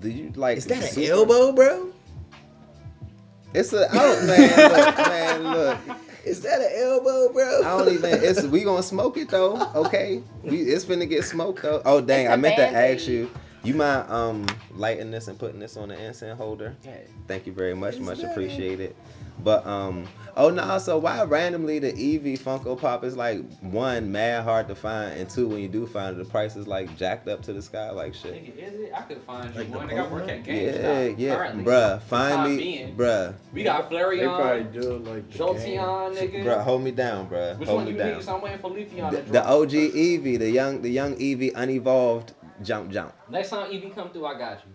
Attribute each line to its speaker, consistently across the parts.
Speaker 1: Do you like?
Speaker 2: Is that an
Speaker 1: super-
Speaker 2: elbow, bro?
Speaker 1: It's a. I don't, man, look, man, look.
Speaker 2: Is that an elbow, bro?
Speaker 1: I don't even. It's we gonna smoke it though. Okay, we it's finna get smoked though. Oh dang!
Speaker 3: It's a
Speaker 1: I meant to
Speaker 3: Band-Aid.
Speaker 1: ask you. You mind um lighting this and putting this on the incense holder?
Speaker 2: Okay.
Speaker 1: Thank you very much.
Speaker 2: It's
Speaker 1: Much
Speaker 2: nothing.
Speaker 1: appreciated. But um oh no, also why randomly the Eevee Funko Pop is like one mad hard to find and two when you do find it the price is like jacked up to the sky like shit.
Speaker 4: Nigga, is it? I could find you
Speaker 2: Like the
Speaker 4: one. They got work at
Speaker 2: Pokemon?
Speaker 4: GameStop.
Speaker 1: Yeah, yeah,
Speaker 4: currently.
Speaker 1: bruh.
Speaker 4: For
Speaker 1: Find
Speaker 4: time
Speaker 1: me,
Speaker 4: being.
Speaker 1: bruh,
Speaker 4: We got
Speaker 5: They probably
Speaker 4: Flareon,
Speaker 5: do it like the game.
Speaker 4: Jolteon, nigga.
Speaker 1: bruh. Hold me down, bruh.
Speaker 4: Which
Speaker 1: hold
Speaker 4: one
Speaker 1: me
Speaker 4: you
Speaker 1: down.
Speaker 4: need? So I'm waiting for Leafeon
Speaker 1: The,
Speaker 4: to
Speaker 1: the
Speaker 4: drop.
Speaker 1: OG Eevee, the young, the young Eevee, unevolved jump, jump.
Speaker 4: Next time EV come through, I got you.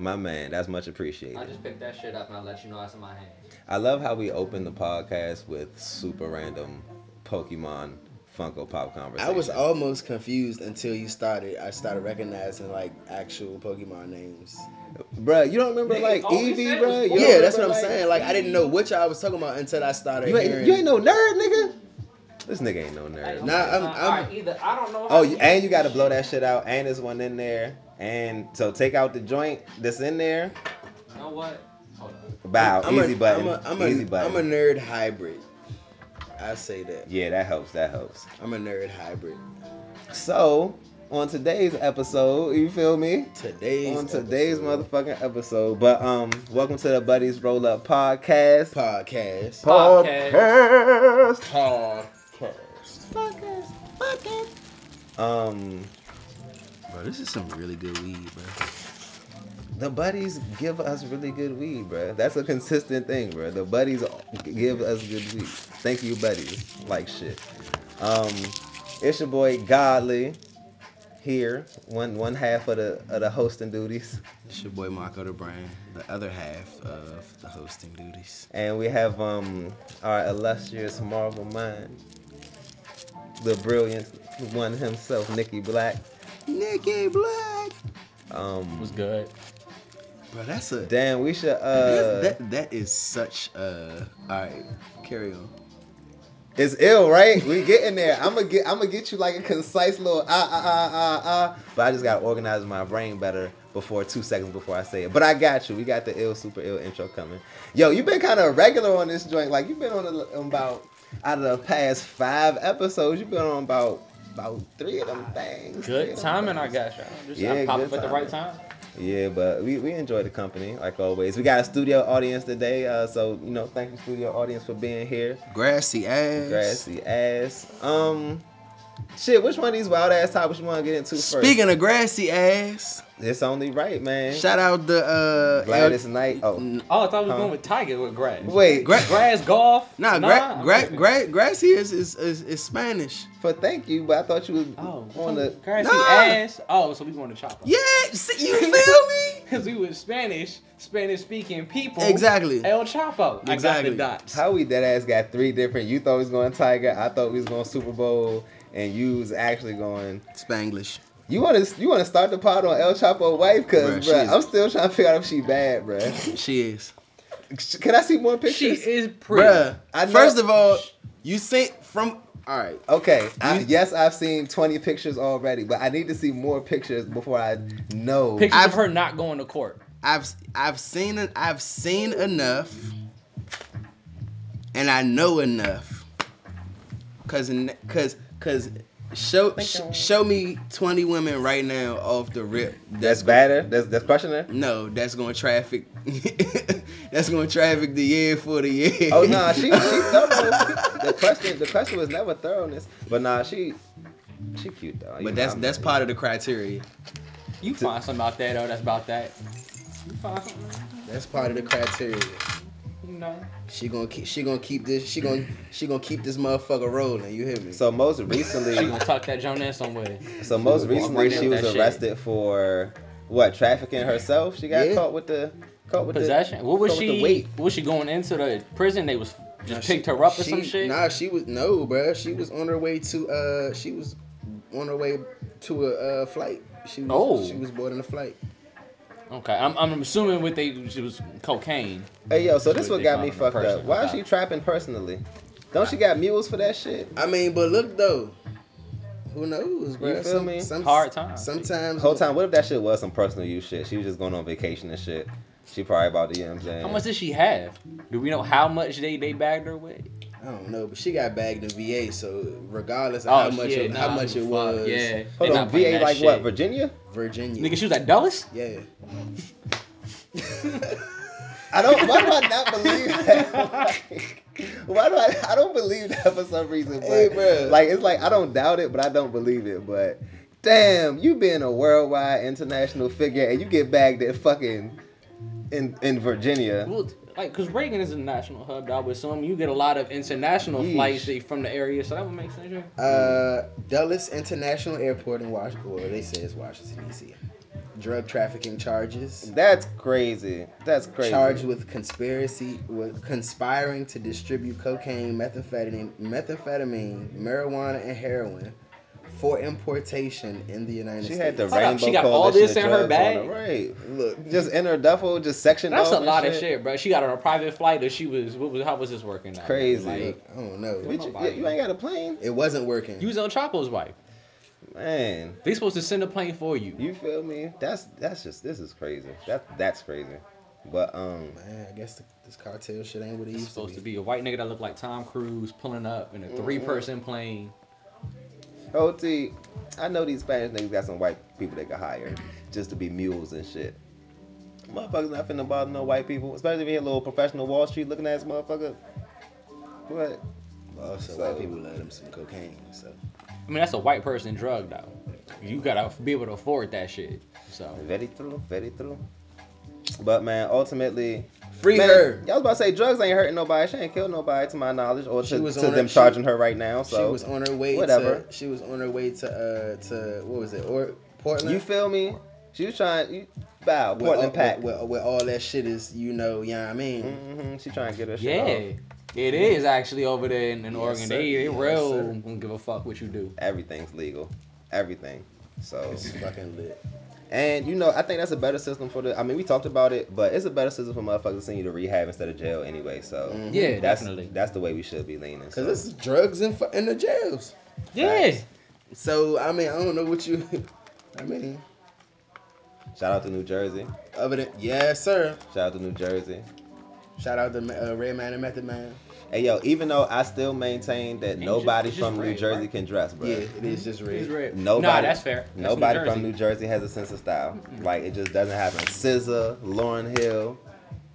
Speaker 1: My man, that's much
Speaker 4: I
Speaker 1: appreciated.
Speaker 4: just picked that shit up and I let you know it's in my hands.
Speaker 1: I love how we open the podcast with super random Pokemon Funko Pop conversation.
Speaker 2: I was almost confused until you started. I started recognizing like actual Pokemon names.
Speaker 1: bruh. You don't remember
Speaker 4: Nigga,
Speaker 1: like
Speaker 4: all we
Speaker 1: Eevee,
Speaker 4: said was
Speaker 1: bruh?
Speaker 4: Pokemon.
Speaker 1: You don't
Speaker 2: yeah, that's what I'm
Speaker 1: remember, like-
Speaker 2: saying. Like I didn't know which I was talking about until I started
Speaker 1: You
Speaker 2: hearing.
Speaker 1: ain't, you ain't no nerd, nigga. This nigga ain't no
Speaker 4: Hey,
Speaker 1: nerd.
Speaker 2: Nah, I'm-
Speaker 4: not-
Speaker 2: I'm-
Speaker 4: alright, either I don't know.
Speaker 1: Oh,
Speaker 4: how
Speaker 1: you- and you got to blow that shit out. And there's one in there. And so take out the joint that's in there.
Speaker 4: You know what? Hold on.
Speaker 1: Bow,
Speaker 2: I'm
Speaker 1: easy
Speaker 2: a,
Speaker 1: button,
Speaker 2: I'm a, I'm a,
Speaker 1: easy button.
Speaker 2: I'm a nerd hybrid. I say that.
Speaker 1: yeah, that helps. That helps.
Speaker 2: I'm a nerd hybrid.
Speaker 1: So, on today's episode, you feel me?
Speaker 2: Today's
Speaker 1: On today's
Speaker 2: episode
Speaker 1: motherfucking episode. But um, welcome to the Buddies Roll Up Podcast.
Speaker 2: podcast.
Speaker 4: Podcast.
Speaker 1: Podcast.
Speaker 2: Podcast.
Speaker 1: Podcast. Podcast. Um,
Speaker 2: Bro, this is some really good weed, bro.
Speaker 1: the buddies give us really good weed, bruh. That's a consistent thing, bruh. The buddies give us good weed. Thank you, buddies. Like shit. Um, it's your boy Godly here, one one half of the of the hosting duties.
Speaker 2: It's your boy Marco the Brand, the other half of the hosting duties.
Speaker 1: And we have um our illustrious Marvel mind, the brilliant one himself, Nikki Black.
Speaker 2: Nikki Black.
Speaker 1: Um,
Speaker 5: was good.
Speaker 2: Bro, that's a
Speaker 1: damn, we should
Speaker 2: that's-
Speaker 1: uh,
Speaker 2: that that is such a all right. Carry on.
Speaker 1: it's ill, right? We getting there. I'm gonna get, I'm gonna get you like a concise little ah ah ah ah ah. But I just gotta organize my brain better before two seconds before I say it. But I got you. We got the ill, super ill intro coming. Yo, you've been kind of regular on this joint. Like you've been on, the, on about out of the past five episodes, you've been on about about three of them things. three
Speaker 5: Good
Speaker 1: of them
Speaker 5: timing, I
Speaker 1: things.
Speaker 5: got y'all. Just
Speaker 1: Yeah,
Speaker 5: I pop
Speaker 1: good
Speaker 5: up at the right time.
Speaker 1: Yeah, but we, we enjoy the company like always. We got a studio audience today, uh, so you know, thank you studio audience for being here.
Speaker 2: Grassy ass.
Speaker 1: Grassy ass. Um, shit, which one of these wild ass topics you want to get into first?
Speaker 2: Speaking of grassy ass,
Speaker 1: it's only right, man.
Speaker 2: shout out the uh
Speaker 1: Gladys
Speaker 2: L-
Speaker 1: Knight. Oh,
Speaker 2: Mm,
Speaker 5: Oh, I thought we was
Speaker 1: Huh?
Speaker 5: going with Tiger with grass.
Speaker 1: wait.
Speaker 2: Gra-
Speaker 5: Grass golf.
Speaker 2: Nah, gra- gra- gra- grassy is is, is is Spanish.
Speaker 1: for thank you, but I thought you was
Speaker 5: Oh,
Speaker 1: on the.
Speaker 5: grassy
Speaker 2: Nah.
Speaker 5: ass. Oh, so we going to chop
Speaker 2: Yeah, see, you feel me?
Speaker 5: Because we were Spanish, Spanish speaking people.
Speaker 2: Exactly.
Speaker 5: El Chapo.
Speaker 2: Exactly.
Speaker 5: I got the dots.
Speaker 1: How we dead ass got three different. You thought we was going Tiger. I thought we was going Super Bowl, and you was actually going.
Speaker 2: Spanglish.
Speaker 1: You want to you want to start the pod on El Chapo wife,
Speaker 2: Bruh,
Speaker 1: cause
Speaker 2: she
Speaker 1: bruh,
Speaker 2: is-
Speaker 1: I'm still trying to figure out if she bad, bruh.
Speaker 2: She is.
Speaker 1: Can I see more
Speaker 5: She
Speaker 1: pictures?
Speaker 5: is pretty.
Speaker 2: Bruh.
Speaker 1: I know-
Speaker 2: First of all, you sent from all right.
Speaker 1: Okay. I,
Speaker 2: You-
Speaker 1: yes, I've seen 20 pictures already, but I need to see more pictures before I know.
Speaker 5: Pictures
Speaker 2: I've-
Speaker 5: of her not going to court.
Speaker 2: I've I've seen en- I've seen enough, and I know enough. Cause n- cause cause show sh- show me twenty women right now off the rip.
Speaker 1: That's
Speaker 5: eh?
Speaker 1: badder. That's that's crushing her.
Speaker 2: No, that's going to traffic. that's going to traffic the year for the year.
Speaker 1: Oh nah, she she thorough. the question the question was never thoroughness, but nah, she she cute though. You know,
Speaker 2: But that's
Speaker 1: I'm
Speaker 2: that's
Speaker 1: not-
Speaker 2: part of the criteria.
Speaker 5: You find something out there, though, that's about that. You find something,
Speaker 2: That's part of the criteria.
Speaker 5: you know.
Speaker 2: She gonna keep. She gonna keep this. She gonna. She gonna keep this motherfucker rolling. You hear me?
Speaker 1: So most
Speaker 5: She
Speaker 1: recently,
Speaker 5: gonna tuck that joint in somewhere.
Speaker 1: so most
Speaker 5: walk
Speaker 1: recently
Speaker 5: right in
Speaker 1: she
Speaker 5: with
Speaker 1: was
Speaker 5: that shit.
Speaker 1: arrested for what trafficking herself. She got
Speaker 2: Yeah.
Speaker 1: caught with the caught with
Speaker 5: Possession.
Speaker 1: The,
Speaker 5: What was
Speaker 1: caught with the
Speaker 5: she?
Speaker 1: weight.
Speaker 5: Was she going into the prison? They was
Speaker 2: Nah,
Speaker 5: just
Speaker 2: she-
Speaker 5: picked her up or some
Speaker 2: she-
Speaker 5: shit.
Speaker 2: Nah, she was no, bruh. She was on her way to uh, she was on her way to a uh, flight. She was,
Speaker 5: Oh.
Speaker 2: she was boarding a flight.
Speaker 5: Okay, I'm, I'm assuming what they she was cocaine.
Speaker 1: Hey yo, so
Speaker 5: That's
Speaker 1: this
Speaker 5: what
Speaker 1: what
Speaker 5: they
Speaker 1: got
Speaker 5: call
Speaker 1: me
Speaker 5: them,
Speaker 1: fucked up.
Speaker 5: personal
Speaker 1: Why is
Speaker 5: copy.
Speaker 1: she trapping personally? Don't she got mules for that shit?
Speaker 2: I mean, but look though, Who knows, bro?
Speaker 1: feel me?
Speaker 5: Hard time.
Speaker 2: Sometimes.
Speaker 1: Whole time, what if that shit was some personal use shit? She was just going on vacation and shit. She probably about to, you know what I'm saying?
Speaker 5: How much does she have? Do we know how much they, they bagged her with?
Speaker 2: I don't know, but she got bagged in VA, so regardless of how much
Speaker 5: Oh, shit,
Speaker 2: it,
Speaker 5: nah,
Speaker 2: how
Speaker 5: I
Speaker 2: much it
Speaker 5: don't give a fuck.
Speaker 2: was,
Speaker 5: Yeah.
Speaker 1: Hold
Speaker 5: they
Speaker 1: on,
Speaker 5: not playing
Speaker 1: VA
Speaker 5: that
Speaker 1: like what?
Speaker 5: shit.
Speaker 1: Virginia?
Speaker 2: Virginia.
Speaker 5: Nigga, she was at Dulles?
Speaker 2: yeah.
Speaker 1: I don't. Why do I not believe that? why do I? I don't believe that for some reason. But
Speaker 2: Hey, bruh.
Speaker 1: like, it's like I don't doubt it, but I don't believe it. But damn, you being a worldwide international figure and you get bagged at fucking in in Virginia.
Speaker 5: Well, like, cause Reagan is a national hub. I would assume you get a lot of international
Speaker 1: Yeesh.
Speaker 5: flights that- from the area, so that would make sense. Yeah.
Speaker 2: Uh, Dulles International Airport in Washington. Well, they say it's Washington D.C. Drug trafficking charges.
Speaker 1: That's crazy. That's crazy.
Speaker 2: Charged with conspiracy, with conspiring to distribute cocaine, methamphetamine, methamphetamine, marijuana, and heroin for importation in the United
Speaker 1: She
Speaker 2: States.
Speaker 1: had the
Speaker 5: Hold up,
Speaker 1: rainbow
Speaker 5: she got all
Speaker 1: Coalition
Speaker 5: this in her
Speaker 1: drugs on
Speaker 5: bag?
Speaker 1: her, Right.
Speaker 2: Look,
Speaker 1: Just in her duffel, just sectioned
Speaker 5: That's
Speaker 1: off
Speaker 5: a
Speaker 1: and
Speaker 5: lot of shit, bro. She got on a private flight, or she was what was how was this working? out?
Speaker 1: Crazy.
Speaker 5: Like,
Speaker 2: I don't know.
Speaker 1: Bitch, you, you ain't got a plane,
Speaker 2: it wasn't working.
Speaker 5: you was on Chapo's wife.
Speaker 1: man.
Speaker 5: They supposed to send a plane for you.
Speaker 1: You feel me? That's that's just this is crazy. That that's crazy. But um,
Speaker 2: Man, I guess the, this cartel shit ain't what it
Speaker 5: He's
Speaker 2: used
Speaker 5: supposed to
Speaker 2: to be.
Speaker 5: be a white nigga that looked like Tom Cruise pulling up in a three person plane.
Speaker 1: OT, I know these Spanish niggas got some white people they can hire just to be mules and shit. Motherfuckers not finna bother no white people, especially if you a little professional Wall Street looking ass motherfucker. What?
Speaker 2: But also,
Speaker 1: So-
Speaker 2: Oh, white people love them some cocaine. So
Speaker 5: I mean, that's a white person drug though. You gotta be able to afford that shit. So
Speaker 1: Very true, very true. But man, ultimately,
Speaker 2: free
Speaker 1: man,
Speaker 2: her.
Speaker 1: y'all was about to say drugs ain't hurting nobody. She ain't killed nobody to my knowledge, or
Speaker 2: She
Speaker 1: to,
Speaker 2: was
Speaker 1: to
Speaker 2: on
Speaker 1: them
Speaker 2: her- she-
Speaker 1: charging her right now. So
Speaker 2: she was on her way.
Speaker 1: whatever.
Speaker 2: To, she was on her way to uh to what was it or Portland.
Speaker 1: You feel me? She was trying. You, bow,
Speaker 2: Where all-
Speaker 1: Portland Pack.
Speaker 2: Where, where, where all that shit is, you know, yeah, I mean.
Speaker 1: hmm She trying to get her shit
Speaker 5: yeah,
Speaker 1: off.
Speaker 5: it is actually over there in, in Oregon.
Speaker 2: sir.
Speaker 5: They, they
Speaker 2: Yes,
Speaker 5: real
Speaker 2: sir.
Speaker 5: don't give a fuck what you do.
Speaker 1: Everything's legal. Everything. So,
Speaker 2: It's fucking lit.
Speaker 1: and you know, I think that's a better system for the. I mean, we talked about it, but it's a better system for motherfuckers to send you to rehab instead of jail anyway. So,
Speaker 5: Mm-hmm. Yeah,
Speaker 1: that's,
Speaker 5: definitely.
Speaker 1: That's the way we should be leaning.
Speaker 2: Cause
Speaker 1: So.
Speaker 2: this is drugs in fu- in the jails.
Speaker 5: Yeah,
Speaker 2: So I mean, I don't know what you. I mean,
Speaker 1: Shout out to New Jersey.
Speaker 2: other than yes, sir.
Speaker 1: Shout out to New Jersey.
Speaker 2: Shout out to uh, Red Man and Method Man.
Speaker 1: Hey yo, even though I still maintain that
Speaker 5: Ain't
Speaker 1: nobody
Speaker 5: just- just
Speaker 1: from New
Speaker 5: red,
Speaker 1: Jersey
Speaker 5: right?
Speaker 1: can dress, bro.
Speaker 2: Yeah, it is just red.
Speaker 5: he's red.
Speaker 1: Nobody.
Speaker 5: Nah, that's fair. That's
Speaker 1: nobody from
Speaker 5: Jersey.
Speaker 1: New Jersey has a sense of style. Like it just doesn't happen. SZA, Lauren Hill,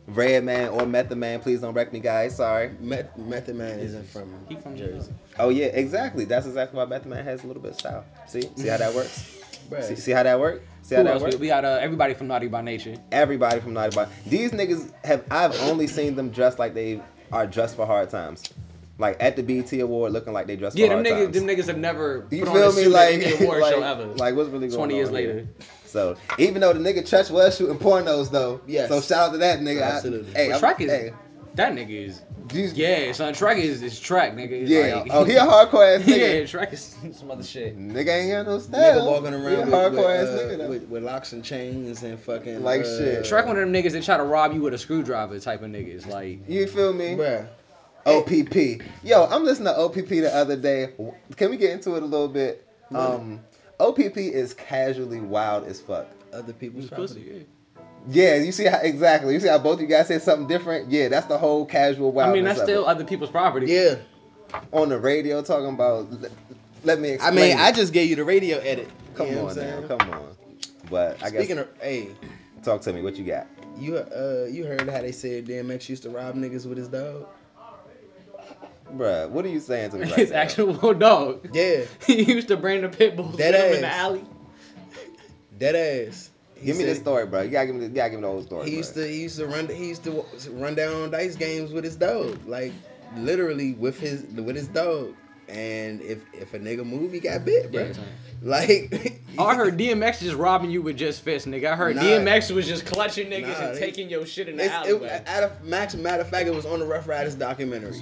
Speaker 1: Red Man, or Method Man. Please don't wreck me, guys. Sorry.
Speaker 2: Meth- Method Man isn't from,
Speaker 5: He from
Speaker 2: Jersey.
Speaker 1: Oh yeah, exactly. That's exactly why Method Man has a little bit of style. See, see how that works.
Speaker 2: Bruh.
Speaker 1: see, see how that works. See how
Speaker 5: Who
Speaker 1: that
Speaker 5: else?
Speaker 1: works.
Speaker 5: We, we got uh, everybody from Naughty by Nature.
Speaker 1: Everybody from Naughty by these niggas have. I've only seen them dressed like they are dressed for hard times. Like at the BT Award, looking like they dressed
Speaker 5: Yeah,
Speaker 1: for
Speaker 5: them
Speaker 1: hard
Speaker 5: niggas,
Speaker 1: times.
Speaker 5: them niggas have never
Speaker 1: You
Speaker 5: put on
Speaker 1: feel
Speaker 5: a
Speaker 1: me?
Speaker 5: suit
Speaker 1: Like,
Speaker 5: at any award
Speaker 1: like,
Speaker 5: show ever.
Speaker 1: like, what's really going
Speaker 5: 20
Speaker 1: on?
Speaker 5: years
Speaker 1: here?
Speaker 5: later.
Speaker 1: So even though the nigga Tretch was shooting pornos though,
Speaker 2: Yes.
Speaker 1: So shout out to that nigga. I-
Speaker 2: Absolutely.
Speaker 1: hey,
Speaker 5: But
Speaker 1: I'm-
Speaker 5: Track is
Speaker 1: hey,
Speaker 5: that nigga is
Speaker 1: these-
Speaker 5: yeah, son. Track is is track, nigga.
Speaker 1: yeah.
Speaker 5: Like-
Speaker 1: oh, he a hardcore ass nigga.
Speaker 5: yeah, track is some other shit.
Speaker 1: Nigga ain't got no style.
Speaker 2: Nigga walking
Speaker 1: He a
Speaker 2: around with,
Speaker 1: hardcore ass
Speaker 2: with, uh,
Speaker 1: nigga though.
Speaker 2: with, with locks and chains and fucking
Speaker 1: Like
Speaker 2: uh,
Speaker 1: shit.
Speaker 5: Track one of them niggas that try to rob you with a screwdriver type of niggas. Like
Speaker 1: you feel me?
Speaker 2: Bruh.
Speaker 1: OPP. Yo, I'm listening to OPP the other day. Can we get into it a little bit? Um, OPP is casually wild as fuck.
Speaker 2: Other people's property.
Speaker 5: pussy.
Speaker 1: Yeah, you see how exactly. You see how both you guys said something different. Yeah, that's the whole casual
Speaker 5: Yeah.
Speaker 1: wild.
Speaker 5: I mean, that's still other people's property.
Speaker 2: Yeah.
Speaker 1: on the radio talking about. Let, let me
Speaker 2: I
Speaker 1: explain.
Speaker 2: mean, I
Speaker 1: it.
Speaker 2: just gave you the radio edit.
Speaker 1: come
Speaker 2: You know what
Speaker 1: on
Speaker 2: I'm
Speaker 1: now,
Speaker 2: saying?
Speaker 1: come on. But I
Speaker 2: Speaking
Speaker 1: guess
Speaker 2: of, hey,
Speaker 1: talk to me. What you got?
Speaker 2: you uh, you heard how they said DMX used to rob niggas with his dog?
Speaker 1: Bruh, what are you saying to me right
Speaker 5: His
Speaker 1: now?
Speaker 5: actual dog.
Speaker 2: Yeah,
Speaker 5: he used to bring the pit bulls
Speaker 2: That
Speaker 5: with him in the
Speaker 2: ass.
Speaker 5: alley.
Speaker 2: dead ass. He
Speaker 1: give me
Speaker 2: said
Speaker 1: the story, bro. You gotta give me the, you gotta give me the whole story.
Speaker 2: He
Speaker 1: bruh.
Speaker 2: used to he used to run he used to run down dice games with his dog, like literally with his with his dog. And if if a nigga move, he got bit, bro.
Speaker 5: Yeah, son.
Speaker 2: Like
Speaker 5: I heard DMX just robbing you with just fists, nigga. I heard
Speaker 2: Nah.
Speaker 5: DMX was just clutching niggas
Speaker 2: Nah,
Speaker 5: and
Speaker 2: they-
Speaker 5: taking your shit in the
Speaker 2: It's, it,
Speaker 5: alleyway.
Speaker 2: out of max, matter of fact, it was on the Rough Riders documentary.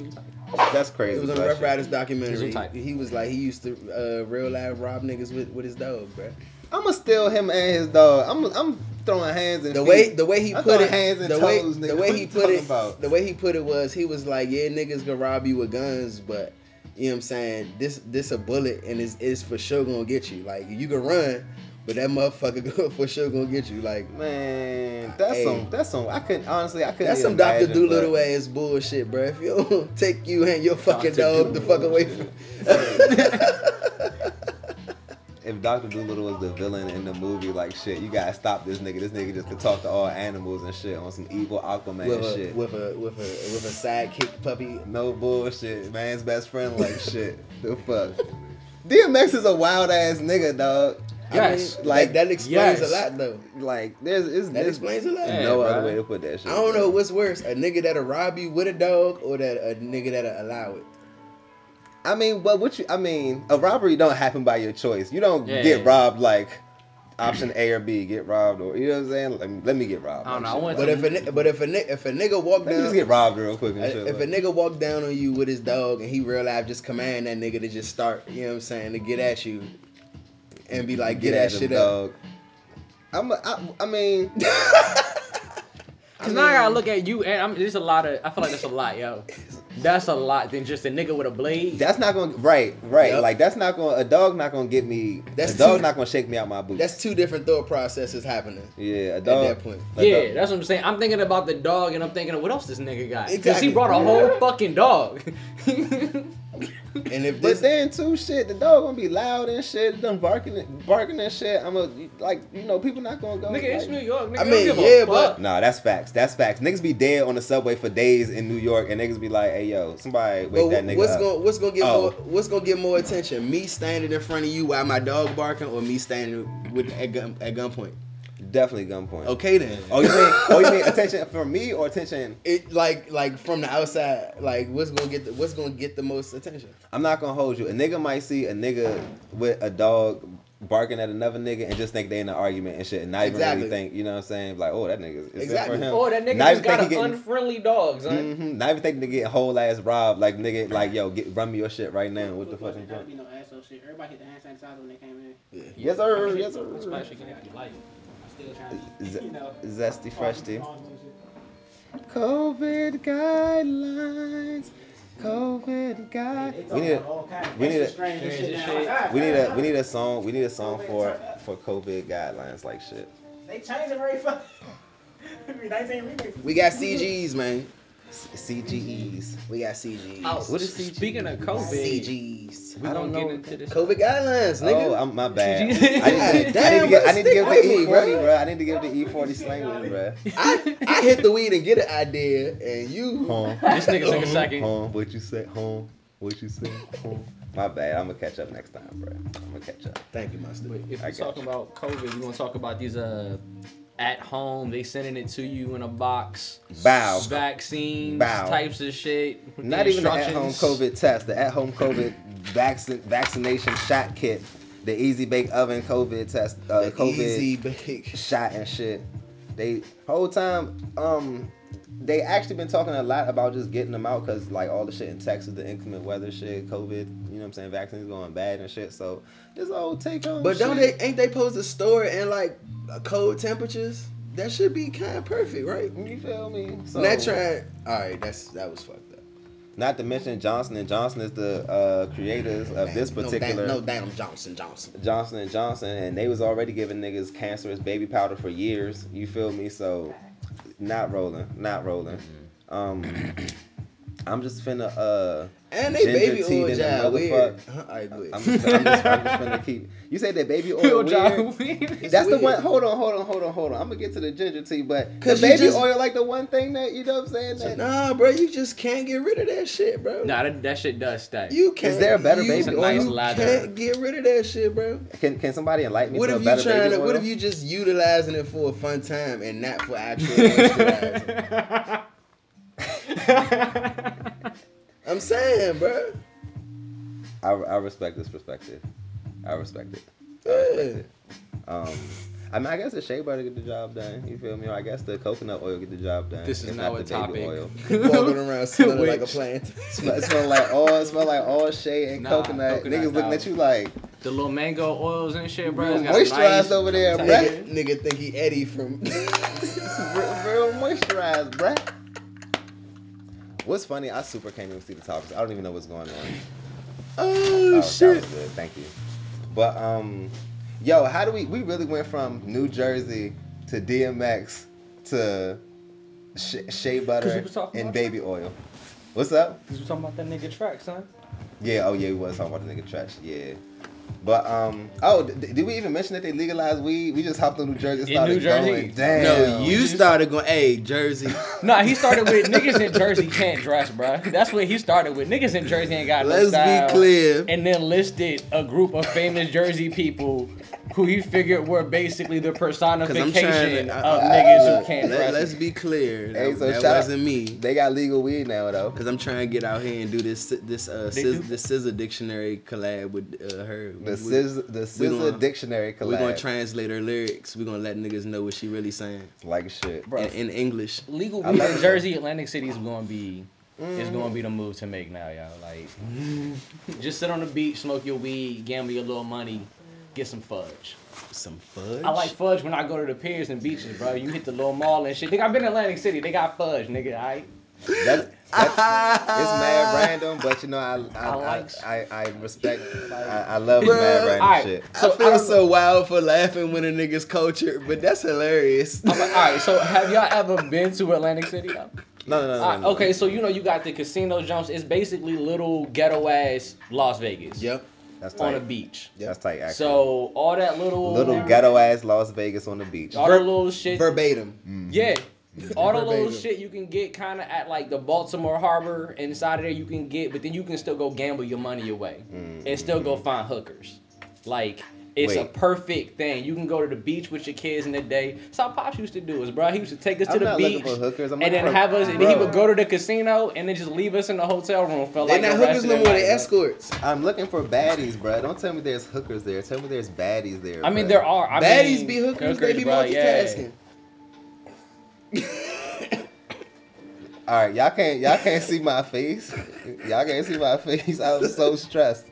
Speaker 1: That's crazy.
Speaker 2: It was on the
Speaker 1: bruh,
Speaker 2: Rough
Speaker 1: shit.
Speaker 2: Riders
Speaker 5: Zoom
Speaker 2: documentary.
Speaker 5: type.
Speaker 2: He was like, he used to uh, real life rob niggas with, with his dog, bro.
Speaker 1: I'ma steal him and his dog. I'm I'm throwing hands and
Speaker 2: The
Speaker 1: feet.
Speaker 2: way the way he
Speaker 1: I
Speaker 2: put
Speaker 1: throw
Speaker 2: it,
Speaker 1: hands and
Speaker 2: the way
Speaker 1: toes, nigga.
Speaker 2: the
Speaker 1: What
Speaker 2: way he
Speaker 1: you
Speaker 2: put
Speaker 1: talking
Speaker 2: it,
Speaker 1: about?
Speaker 2: the way he put it was he was like, yeah, niggas can rob you with guns, but You know what I'm saying? This this a bullet and it's, it's for sure gonna get you. Like you can run, but that motherfucker go- for sure gonna get you. Like
Speaker 1: Man, that's
Speaker 2: Hey.
Speaker 1: some. That's some. I couldn't honestly. I couldn't.
Speaker 2: that's some
Speaker 1: even
Speaker 2: Doctor
Speaker 1: imagine,
Speaker 2: Doolittle
Speaker 1: but-
Speaker 2: ass bullshit, bro. If you don't take you and your fucking
Speaker 5: Dr.
Speaker 2: dog the fuck away from
Speaker 1: If Doctor Doolittle was the villain in the movie, like shit, you gotta stop this nigga. This nigga just could talk to all animals and shit on some evil Aquaman
Speaker 2: with a,
Speaker 1: shit.
Speaker 2: with a with a with a sidekick puppy.
Speaker 1: No bullshit, man's best friend like shit. The fuck. DMX is a wild ass nigga, dog.
Speaker 2: I
Speaker 5: Yes.
Speaker 2: mean, like that explains
Speaker 5: Yes.
Speaker 2: a lot though.
Speaker 1: Like there's, it's,
Speaker 2: That
Speaker 1: there's
Speaker 2: explains a lot.
Speaker 5: Yeah,
Speaker 1: no
Speaker 5: bruh.
Speaker 1: other way to put that shit.
Speaker 2: I don't know what's worse, a nigga that'll rob you with a dog or that a nigga that'll allow it.
Speaker 1: I mean, but what you? I mean, a robbery don't happen by your choice. You don't
Speaker 5: Yeah.
Speaker 1: get robbed like option A or B. Get robbed or you know what I'm saying? Let me, let me get robbed.
Speaker 5: I don't know. I
Speaker 1: Shit.
Speaker 5: want
Speaker 2: But if a ni- but if a ni- if a nigga walk
Speaker 1: Let me just
Speaker 2: down
Speaker 1: get robbed real quick and shit.
Speaker 2: if a
Speaker 1: like-
Speaker 2: nigga walk down on you with his dog and he real life just command that nigga to just start, you know what I'm saying, to get at you and be like, get, that
Speaker 1: him,
Speaker 2: shit up.
Speaker 1: dog. I'm a, I, I mean,
Speaker 5: Cause now I gotta look at you, and I'm, there's a lot of. I feel like that's a lot, yo. That's a lot than just a nigga with a blade.
Speaker 1: that's not gonna right, right.
Speaker 2: Yup.
Speaker 1: Like that's not gonna a dog not gonna get me.
Speaker 2: That's
Speaker 1: a dog
Speaker 2: too-
Speaker 1: not gonna shake me out my boots.
Speaker 2: That's two different thought processes happening.
Speaker 1: yeah, a dog.
Speaker 2: that point.
Speaker 1: a
Speaker 5: yeah,
Speaker 1: dog-
Speaker 5: that's what I'm saying. I'm thinking about the dog, and I'm thinking, what else this nigga got? Because
Speaker 2: Exactly.
Speaker 5: he brought a whole fucking dog.
Speaker 2: And if
Speaker 1: But
Speaker 2: this
Speaker 1: then too, shit, the dog gonna be loud and shit, them barking, barking and shit. I'm a like, you know, people not gonna go.
Speaker 5: nigga, it's
Speaker 1: Oh, like-
Speaker 5: New York. Nigga,
Speaker 2: I
Speaker 5: I
Speaker 2: mean,
Speaker 5: mean, don't give
Speaker 2: yeah,
Speaker 5: a
Speaker 2: but-
Speaker 5: fuck.
Speaker 1: Nah, that's facts. That's facts. Niggas be dead on the subway for days in New York, and niggas be like, "Hey, yo, somebody wake
Speaker 2: but
Speaker 1: that nigga
Speaker 2: what's
Speaker 1: up."
Speaker 2: gonna what's gonna get
Speaker 1: Oh.
Speaker 2: more what's gonna get more attention? Me standing in front of you while my dog barking, or me standing with at gun at gunpoint?
Speaker 1: Definitely gunpoint.
Speaker 2: Okay then.
Speaker 1: Oh, you mean oh you mean attention from me or attention?
Speaker 2: It like like from the outside, like what's gonna get the what's gonna get the most attention?
Speaker 1: I'm not gonna hold you. A nigga might see a nigga with a dog barking at another nigga and just think they in an argument and shit, and not
Speaker 2: Exactly.
Speaker 1: even really think, you know what I'm saying? Like, oh, that nigga is is that
Speaker 2: Exactly.
Speaker 1: for him.
Speaker 5: Oh, that nigga
Speaker 1: Not
Speaker 5: just
Speaker 1: even think
Speaker 5: got
Speaker 1: he
Speaker 5: an
Speaker 1: getting-
Speaker 5: unfriendly dog, son.
Speaker 1: Mhm. Not even thinking to get whole ass robbed, like nigga, like yo, get run me your shit right now. What the
Speaker 3: Quick
Speaker 1: fucking
Speaker 3: question, how to
Speaker 1: fuck?
Speaker 3: be no asshole shit. Everybody hit the hand sanitizer when they came in.
Speaker 1: Yes sir, yes
Speaker 4: It's
Speaker 1: sir.
Speaker 4: spicy, you can have your life.
Speaker 3: I'm still trying to
Speaker 1: Z-
Speaker 3: eat, you know.
Speaker 1: zesty freshty.
Speaker 3: Arms and shit.
Speaker 1: COVID guidelines. COVID
Speaker 3: They
Speaker 1: guidelines. We
Speaker 3: talking
Speaker 1: need
Speaker 3: about
Speaker 1: a,
Speaker 3: all kinds of
Speaker 1: we need
Speaker 3: extra
Speaker 1: a-
Speaker 3: strange and shit
Speaker 5: Strange
Speaker 3: now.
Speaker 5: shit.
Speaker 3: Ah,
Speaker 1: we need a we need a song we need a song for for COVID guidelines like shit.
Speaker 3: They changed it very fast. Nineteen remixes.
Speaker 2: We got CGs, man.
Speaker 1: CGEs.
Speaker 2: We got CGs.
Speaker 5: Oh,
Speaker 1: What is CG?
Speaker 5: speaking of COVID,
Speaker 2: CGs.
Speaker 5: we
Speaker 1: I
Speaker 5: don't
Speaker 1: don't
Speaker 5: get
Speaker 1: know.
Speaker 5: into this.
Speaker 2: COVID guidelines, nigga.
Speaker 1: Oh, I'm, my bad. I need,
Speaker 5: CG.
Speaker 1: to, I need to
Speaker 2: Damn,
Speaker 1: give, I
Speaker 2: bro,
Speaker 1: need to give
Speaker 2: stick
Speaker 1: the E40,
Speaker 2: with me,
Speaker 1: bro. I need to give the E40 slang with it, bro.
Speaker 2: I, I hit the weed and get an idea, and you.
Speaker 1: Home,
Speaker 5: This nigga took a second.
Speaker 1: home, what you say? Home, what you say? Home. My bad. I'm gonna catch up next time, bro. I'm gonna catch up.
Speaker 2: Thank you, Master.
Speaker 5: But if
Speaker 1: I
Speaker 5: we're
Speaker 1: got
Speaker 5: talking about COVID, we're gonna talk about these uh at home. They sending it to you in a box.
Speaker 1: Bow.
Speaker 5: Vaccines,
Speaker 1: Bow.
Speaker 5: types of shit. with the
Speaker 1: Not even the at home
Speaker 5: instructions.
Speaker 1: COVID test, the at home COVID vaccin- vaccination shot kit, the easy bake oven COVID test, uh,
Speaker 2: The
Speaker 1: COVID
Speaker 2: Easy bake.
Speaker 1: shot and shit. They whole time, um, they actually been talking a lot about just getting them out because like all the shit in Texas, the inclement weather shit, COVID, you know what I'm saying, vaccines going bad and shit. So this old take home.
Speaker 2: But don't they? Ain't they supposed to store it in like cold temperatures? That should be kind of perfect, right?
Speaker 1: You feel me? So,
Speaker 2: Not trying. All right, that's that was fucked up.
Speaker 1: Not to mention Johnson and Johnson is the uh, creators of this particular.
Speaker 2: No, damn, no, damn Johnson Johnson.
Speaker 1: Johnson and Johnson, and they was already giving niggas cancerous baby powder for years. You feel me? So, not rolling, not rolling. Um, I'm just finna uh,
Speaker 2: And they
Speaker 1: Ginger
Speaker 2: baby
Speaker 1: tea
Speaker 2: oil
Speaker 1: than a
Speaker 2: job weird.
Speaker 1: motherfucker.
Speaker 2: Huh, All right, go
Speaker 1: I'm
Speaker 2: ahead.
Speaker 1: just, I'm just, I'm just finna keep. You say that baby oil
Speaker 5: Yo,
Speaker 1: Oh, weird.
Speaker 5: John,
Speaker 2: It's
Speaker 1: That's
Speaker 2: weird.
Speaker 1: the one. Hold on, hold on, hold on, hold on. I'm gonna get to the ginger tea, but the
Speaker 2: 'Cause you
Speaker 1: baby
Speaker 2: just-
Speaker 1: oil like the one thing that you know what I'm saying. That,
Speaker 2: Nah, bro, you just can't get rid of that shit, bro.
Speaker 5: Nah, that, that shit does stink.
Speaker 2: You can't.
Speaker 1: there a better
Speaker 2: you,
Speaker 1: baby
Speaker 2: you
Speaker 1: oil?
Speaker 5: Nice lather.
Speaker 2: can't get rid of that shit, bro.
Speaker 1: Can can somebody enlighten me
Speaker 2: What
Speaker 1: to a
Speaker 2: if you
Speaker 1: better
Speaker 2: trying
Speaker 1: baby
Speaker 2: to?
Speaker 1: oil?
Speaker 2: What if you just utilizing it for a fun time and not for actual? moisturizing? I'm saying, bro.
Speaker 1: I, I respect this perspective. I respect it. I respect
Speaker 2: Yeah.
Speaker 1: it. Um, I mean, I guess the shea butter get the job done. You feel me? Or I guess the coconut oil get the job done.
Speaker 5: This is
Speaker 1: if
Speaker 5: now a
Speaker 1: the baby
Speaker 5: topic.
Speaker 2: Walking around smelling like a
Speaker 5: Which-
Speaker 2: plant.
Speaker 1: smell, it smell like all, it smell like all shea and
Speaker 5: Nah,
Speaker 1: coconut.
Speaker 5: coconut,
Speaker 1: Niggas looking
Speaker 5: nah.
Speaker 1: at you like
Speaker 5: the little mango oils and shit, bro.
Speaker 1: real
Speaker 5: it's got a
Speaker 1: moisturized
Speaker 5: nice-
Speaker 1: over there, bruh.
Speaker 2: nigga, nigga think he Eddie from.
Speaker 1: Oh, real, real moisturized, bruh. What's funny? I super can't even see the topics. I don't even know what's going on.
Speaker 2: Oh,
Speaker 1: Oh, That
Speaker 2: shit.
Speaker 1: was good. Thank you. But um, yo, how do we? We really went from New Jersey to DMX to sh- shea
Speaker 5: we
Speaker 1: butter
Speaker 5: was talking
Speaker 1: and
Speaker 5: about
Speaker 1: baby oil. What's up?
Speaker 5: Cause we talking about that nigga track, son.
Speaker 1: Yeah. Oh yeah, we was talking about the nigga trash. Yeah. But um, oh, d- did we even mention that they legalized weed? We just hopped on New Jersey. and
Speaker 5: In
Speaker 1: started
Speaker 5: New Jersey?
Speaker 1: Going. Damn.
Speaker 2: No, you started going, hey, Jersey.
Speaker 5: Nah, he started with niggas in Jersey can't dress, bruh. That's what he started with. Niggas in Jersey ain't got no
Speaker 2: Let's
Speaker 5: style.
Speaker 2: be clear.
Speaker 5: And then listed a group of famous Jersey people who he figured were basically the
Speaker 2: Because I'm trying
Speaker 5: personification
Speaker 2: to. I-
Speaker 5: of
Speaker 2: I-
Speaker 5: niggas
Speaker 2: look,
Speaker 5: who can't
Speaker 2: let,
Speaker 5: dress.
Speaker 2: Let's be clear. That,
Speaker 1: Hey, so
Speaker 2: that
Speaker 1: shout out-
Speaker 2: wasn't me.
Speaker 1: They got legal weed now though.
Speaker 2: Cause I'm trying to get out here and do this this uh
Speaker 5: They
Speaker 2: Sis-
Speaker 5: do.
Speaker 2: this scissor dictionary collab with uh, her.
Speaker 1: The
Speaker 2: We-
Speaker 1: Sis the
Speaker 2: gonna-
Speaker 1: SZA dictionary collab.
Speaker 2: We're gonna translate her lyrics. We're gonna let niggas know what she really saying
Speaker 1: like shit.
Speaker 5: Bruh.
Speaker 2: in, in English.
Speaker 5: Legal
Speaker 1: I
Speaker 5: weed
Speaker 1: love
Speaker 5: in
Speaker 1: it.
Speaker 5: Jersey, Atlantic City is gonna be is
Speaker 2: Mm.
Speaker 5: gonna be the move to make now, y'all. Like just sit on the beach, smoke your weed, gamble your little money, get some fudge.
Speaker 2: Some fudge.
Speaker 5: I like fudge when I go to the piers and beaches, bro. You hit the little mall and shit. Nigga, I've been to Atlantic City. They got fudge, nigga. I
Speaker 1: That's, that's, it's mad random, but you know I I
Speaker 5: I
Speaker 1: I,
Speaker 5: like-
Speaker 1: I, I respect I, I love
Speaker 2: Bruh,
Speaker 1: mad random
Speaker 5: alright.
Speaker 1: shit.
Speaker 2: I
Speaker 5: I
Speaker 2: feel
Speaker 5: don't-
Speaker 2: so wild for laughing when a nigga's culture, but that's hilarious.
Speaker 5: I'm like, all right. So have y'all ever been to Atlantic City? No,
Speaker 1: No no no, no,
Speaker 5: All right,
Speaker 1: no.
Speaker 5: okay, so you know you got the casino jumps. It's basically little ghetto ass Las Vegas
Speaker 2: yep.
Speaker 1: That's
Speaker 5: on
Speaker 1: tight.
Speaker 5: a beach.
Speaker 1: That's tight. Actually.
Speaker 5: So all that little
Speaker 1: little ghetto ass Las Vegas on the beach.
Speaker 5: all the little shit.
Speaker 2: Verbatim.
Speaker 5: Yeah. All the little
Speaker 2: Verbatim.
Speaker 5: shit you can get kind of at like the Baltimore Harbor inside of there you can get, but then you can still go gamble your money away
Speaker 2: Mm.
Speaker 5: and still go find hookers. Like it's a
Speaker 1: Wait.
Speaker 5: perfect thing. You can go to the beach with your kids in the day. That's how Pops used to do us, bro. He used to take us
Speaker 1: I'm
Speaker 5: to the
Speaker 1: not looking
Speaker 5: beach
Speaker 1: for hookers. I'm
Speaker 5: and
Speaker 1: looking
Speaker 5: then
Speaker 1: for-
Speaker 5: have us. And then he
Speaker 1: Bro.
Speaker 5: would go to the casino and then just leave us in the hotel room for
Speaker 2: They're
Speaker 5: like
Speaker 2: not
Speaker 5: the
Speaker 2: hookers
Speaker 5: rest
Speaker 2: no
Speaker 5: of the
Speaker 2: more.
Speaker 5: night.
Speaker 2: They
Speaker 5: bro.
Speaker 2: escorts.
Speaker 1: I'm looking for baddies, bro. Don't tell me there's hookers there. Tell me there's baddies there.
Speaker 5: I mean,
Speaker 1: bruh.
Speaker 5: there are I
Speaker 2: Baddies
Speaker 5: mean,
Speaker 2: be hookers. they be
Speaker 5: bro, yeah.
Speaker 2: multitasking.
Speaker 1: All right, y'all can't y'all can't see my face. Y'all can't see my face. I'm so stressed.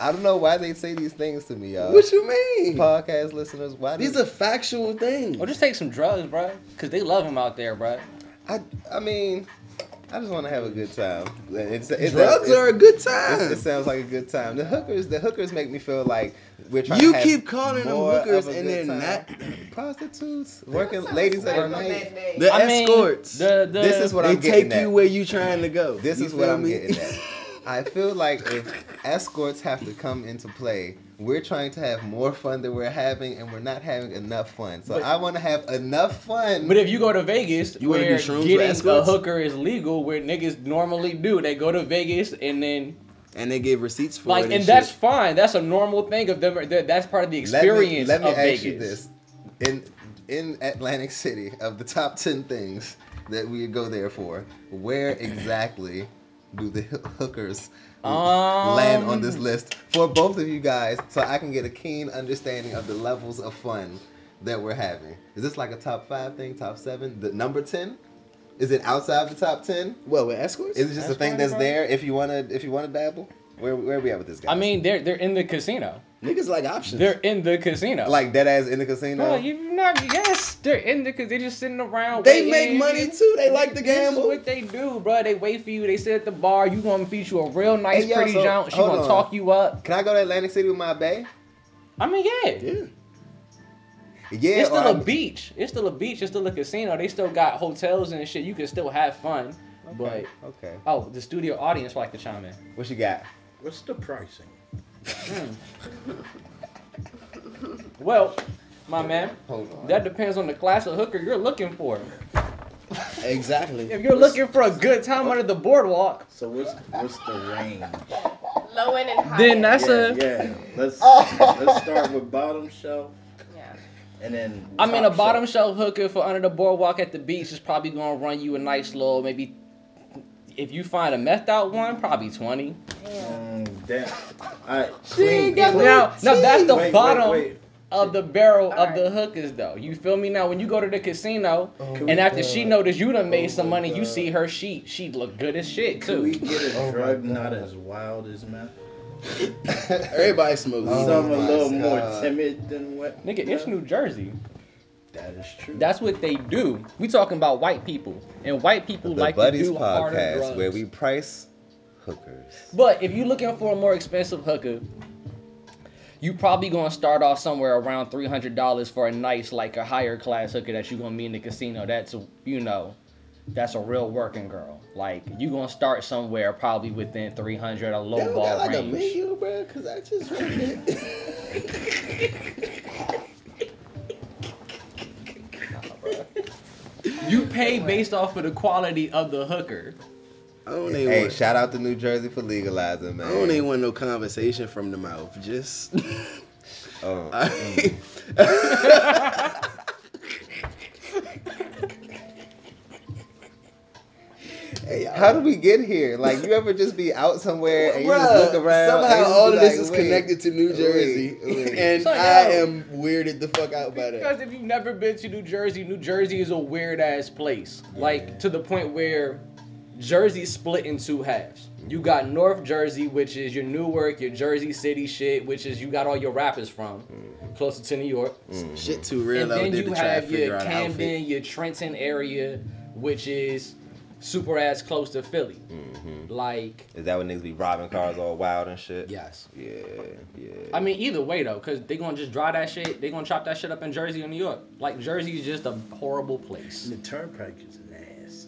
Speaker 1: I don't know why they say these things to me, y'all.
Speaker 2: What you mean?
Speaker 1: podcast listeners? Why do-
Speaker 2: These are factual things.
Speaker 5: Or just take some drugs, bro, because they love him out there, bro.
Speaker 1: I, I mean, I just want to have a good time. It's, it's,
Speaker 2: Drugs
Speaker 1: it's-
Speaker 2: are a good
Speaker 1: it's-
Speaker 2: time.
Speaker 1: It sounds like a good time. The hookers, the hookers make me feel like we're trying.
Speaker 2: You
Speaker 1: to have
Speaker 2: keep calling them
Speaker 1: more of
Speaker 2: hookers
Speaker 1: a
Speaker 2: and
Speaker 1: good
Speaker 2: they're
Speaker 1: time. prostitutes, working ladies
Speaker 3: Sounds
Speaker 1: at
Speaker 3: like
Speaker 1: night.
Speaker 3: that day.
Speaker 2: The
Speaker 5: I mean,
Speaker 2: escorts.
Speaker 5: the, the,
Speaker 1: This is what
Speaker 2: they
Speaker 1: I'm
Speaker 2: take
Speaker 1: getting
Speaker 2: you
Speaker 1: at.
Speaker 2: where you trying to go.
Speaker 1: This
Speaker 2: You
Speaker 1: is what
Speaker 2: feel
Speaker 1: I'm
Speaker 2: me?
Speaker 1: getting at. I feel like if escorts have to come into play, we're trying to have more fun than we're having, and we're not having enough fun. So
Speaker 5: But-
Speaker 1: I want to have enough fun.
Speaker 5: But if you go to Vegas,
Speaker 2: You wanna do
Speaker 5: where
Speaker 2: shrooms with
Speaker 5: getting a
Speaker 2: escorts?
Speaker 5: hooker is legal, where niggas normally do, they go to Vegas and then
Speaker 2: and they give receipts for
Speaker 5: like,
Speaker 2: it.
Speaker 5: and
Speaker 2: shit.
Speaker 5: that's fine. That's a normal thing of them. that- That's part of the
Speaker 1: Let me-
Speaker 5: experience
Speaker 1: Let me,
Speaker 5: of
Speaker 1: ask
Speaker 5: Vegas.
Speaker 1: you this: in in Atlantic City, of the top ten things that we go there for, where exactly do the hoo- hookers land on this
Speaker 5: Um,
Speaker 1: list for both of you guys, so I can get a keen understanding of the levels of fun that we're having? Is this like a top five thing, top seven, the number ten? Is it outside the top ten?
Speaker 2: What with escorts?
Speaker 1: Is it just a thing that's there if you wanna if you wanna dabble? Where where we at with this guy?
Speaker 5: I mean, they're they're in the casino.
Speaker 2: niggas like options.
Speaker 5: They're in the casino.
Speaker 1: like dead ass in the casino.
Speaker 5: Bro, you not yes, they're in the because they're just sitting around.
Speaker 2: they make
Speaker 5: waiting.
Speaker 2: money too. They like to
Speaker 5: This is
Speaker 2: gamble.
Speaker 5: what they do, bro. They wait for you. They sit at the bar. You gonna feed you a real nice,
Speaker 1: Hey, yo,
Speaker 5: pretty
Speaker 1: so,
Speaker 5: jaunt. She
Speaker 1: hold
Speaker 5: gonna
Speaker 1: on.
Speaker 5: talk you up.
Speaker 1: Can I go to Atlantic City with my bae?
Speaker 5: I mean, yeah.
Speaker 2: Yeah.
Speaker 1: Yeah, oh,
Speaker 5: It's
Speaker 1: or
Speaker 5: still a
Speaker 1: I'm-
Speaker 5: beach. It's still a beach. It's still a casino. They still got hotels and shit. You can still have fun.
Speaker 1: Okay,
Speaker 5: But
Speaker 1: okay,
Speaker 5: oh, the studio audience like to chime in.
Speaker 1: what you got?
Speaker 6: What's the pricing?
Speaker 5: Well, my man,
Speaker 1: Hold on.
Speaker 5: that depends on the class of hooker you're looking for.
Speaker 2: Exactly.
Speaker 5: If you're looking for a good time under the boardwalk,
Speaker 6: So what's what's the range?
Speaker 7: Low end and high.
Speaker 5: then
Speaker 7: end.
Speaker 5: that's a.
Speaker 6: yeah. Let's
Speaker 1: Oh.
Speaker 6: let's start with bottom shelf
Speaker 7: Yeah.
Speaker 6: and then.
Speaker 5: I mean, a
Speaker 6: top
Speaker 5: bottom shelf
Speaker 6: shelf.
Speaker 5: hooker for under the boardwalk at the beach is probably gonna run you a nice little maybe. If you find a methed out one, probably twenty.
Speaker 6: Mm, damn. All right.
Speaker 5: Now,
Speaker 6: Clean.
Speaker 5: now that's the
Speaker 6: Wait, wait,
Speaker 5: bottom
Speaker 6: wait.
Speaker 5: of the barrel of
Speaker 7: Alright.
Speaker 5: the hookers, though. You feel me? Now, when you go to the casino,
Speaker 6: Oh
Speaker 5: and after she notice you done made some money, you see her she she look good as shit
Speaker 6: Can we
Speaker 5: too.
Speaker 6: get a
Speaker 1: Oh my
Speaker 6: drug
Speaker 1: God.
Speaker 6: not as wild as meth?
Speaker 2: Everybody smokes.
Speaker 1: Oh
Speaker 6: Some a
Speaker 1: my
Speaker 6: little
Speaker 1: God.
Speaker 6: more timid than what?
Speaker 5: Nigga, it's New Jersey.
Speaker 6: That is true.
Speaker 5: That's what they do. We talking about white people, and white people
Speaker 1: The
Speaker 5: like
Speaker 1: Buddies
Speaker 5: to do harder
Speaker 1: Podcast,
Speaker 5: drugs.
Speaker 1: where we price hookers.
Speaker 5: But if you're looking for a more expensive hooker, you probably gonna start off somewhere around three hundred dollars for a nice, like a higher class hooker that you gonna meet in the casino. That's you know, that's a real working girl. Like you gonna start somewhere probably within three hundred, a
Speaker 2: They
Speaker 5: low
Speaker 2: don't
Speaker 5: ball
Speaker 2: got like a
Speaker 5: range.
Speaker 2: menu, bro, because I just want it.
Speaker 5: You pay based off of the quality of the hooker.
Speaker 2: I don't even
Speaker 1: Hey,
Speaker 2: want.
Speaker 1: shout out to New Jersey for legalizing, man.
Speaker 2: I don't even want no conversation from the mouth. Just.
Speaker 1: Oh,
Speaker 5: Mm.
Speaker 2: I- Hey, y'all.
Speaker 1: How did we get here? Like, you ever just be out somewhere and you just
Speaker 2: Bruh,
Speaker 1: look around? and
Speaker 2: Somehow
Speaker 1: you just
Speaker 2: all
Speaker 1: be
Speaker 2: of this
Speaker 1: like,
Speaker 2: is
Speaker 1: wait.
Speaker 2: connected to New Jersey,
Speaker 1: wait.
Speaker 2: and
Speaker 5: So,
Speaker 2: I
Speaker 5: yo.
Speaker 2: am weirded the fuck out by that.
Speaker 5: Because if you've never been to New Jersey, New Jersey is a weird ass place. Like to the point where Jersey's split in two halves. You got North Jersey, which is your Newark, your Jersey City shit, which is you got all your rappers from, closer to New York.
Speaker 2: Shit too Mm. real.
Speaker 5: And
Speaker 2: I
Speaker 5: then
Speaker 2: did
Speaker 5: you
Speaker 2: to try to
Speaker 5: have
Speaker 2: figure
Speaker 5: your
Speaker 2: out an outfit.
Speaker 5: Camden, your Trenton area, which is super ass close to Philly.
Speaker 2: Mm-hmm.
Speaker 5: Like,
Speaker 1: Is that when niggas be robbing cars all wild and shit?
Speaker 5: yes.
Speaker 1: Yeah, yeah.
Speaker 5: I mean, either way though, cause they gonna just dry that shit. They gonna chop that shit up in Jersey or New York. Like Jersey is just a horrible place. Mm,
Speaker 6: The turnpike is an ass.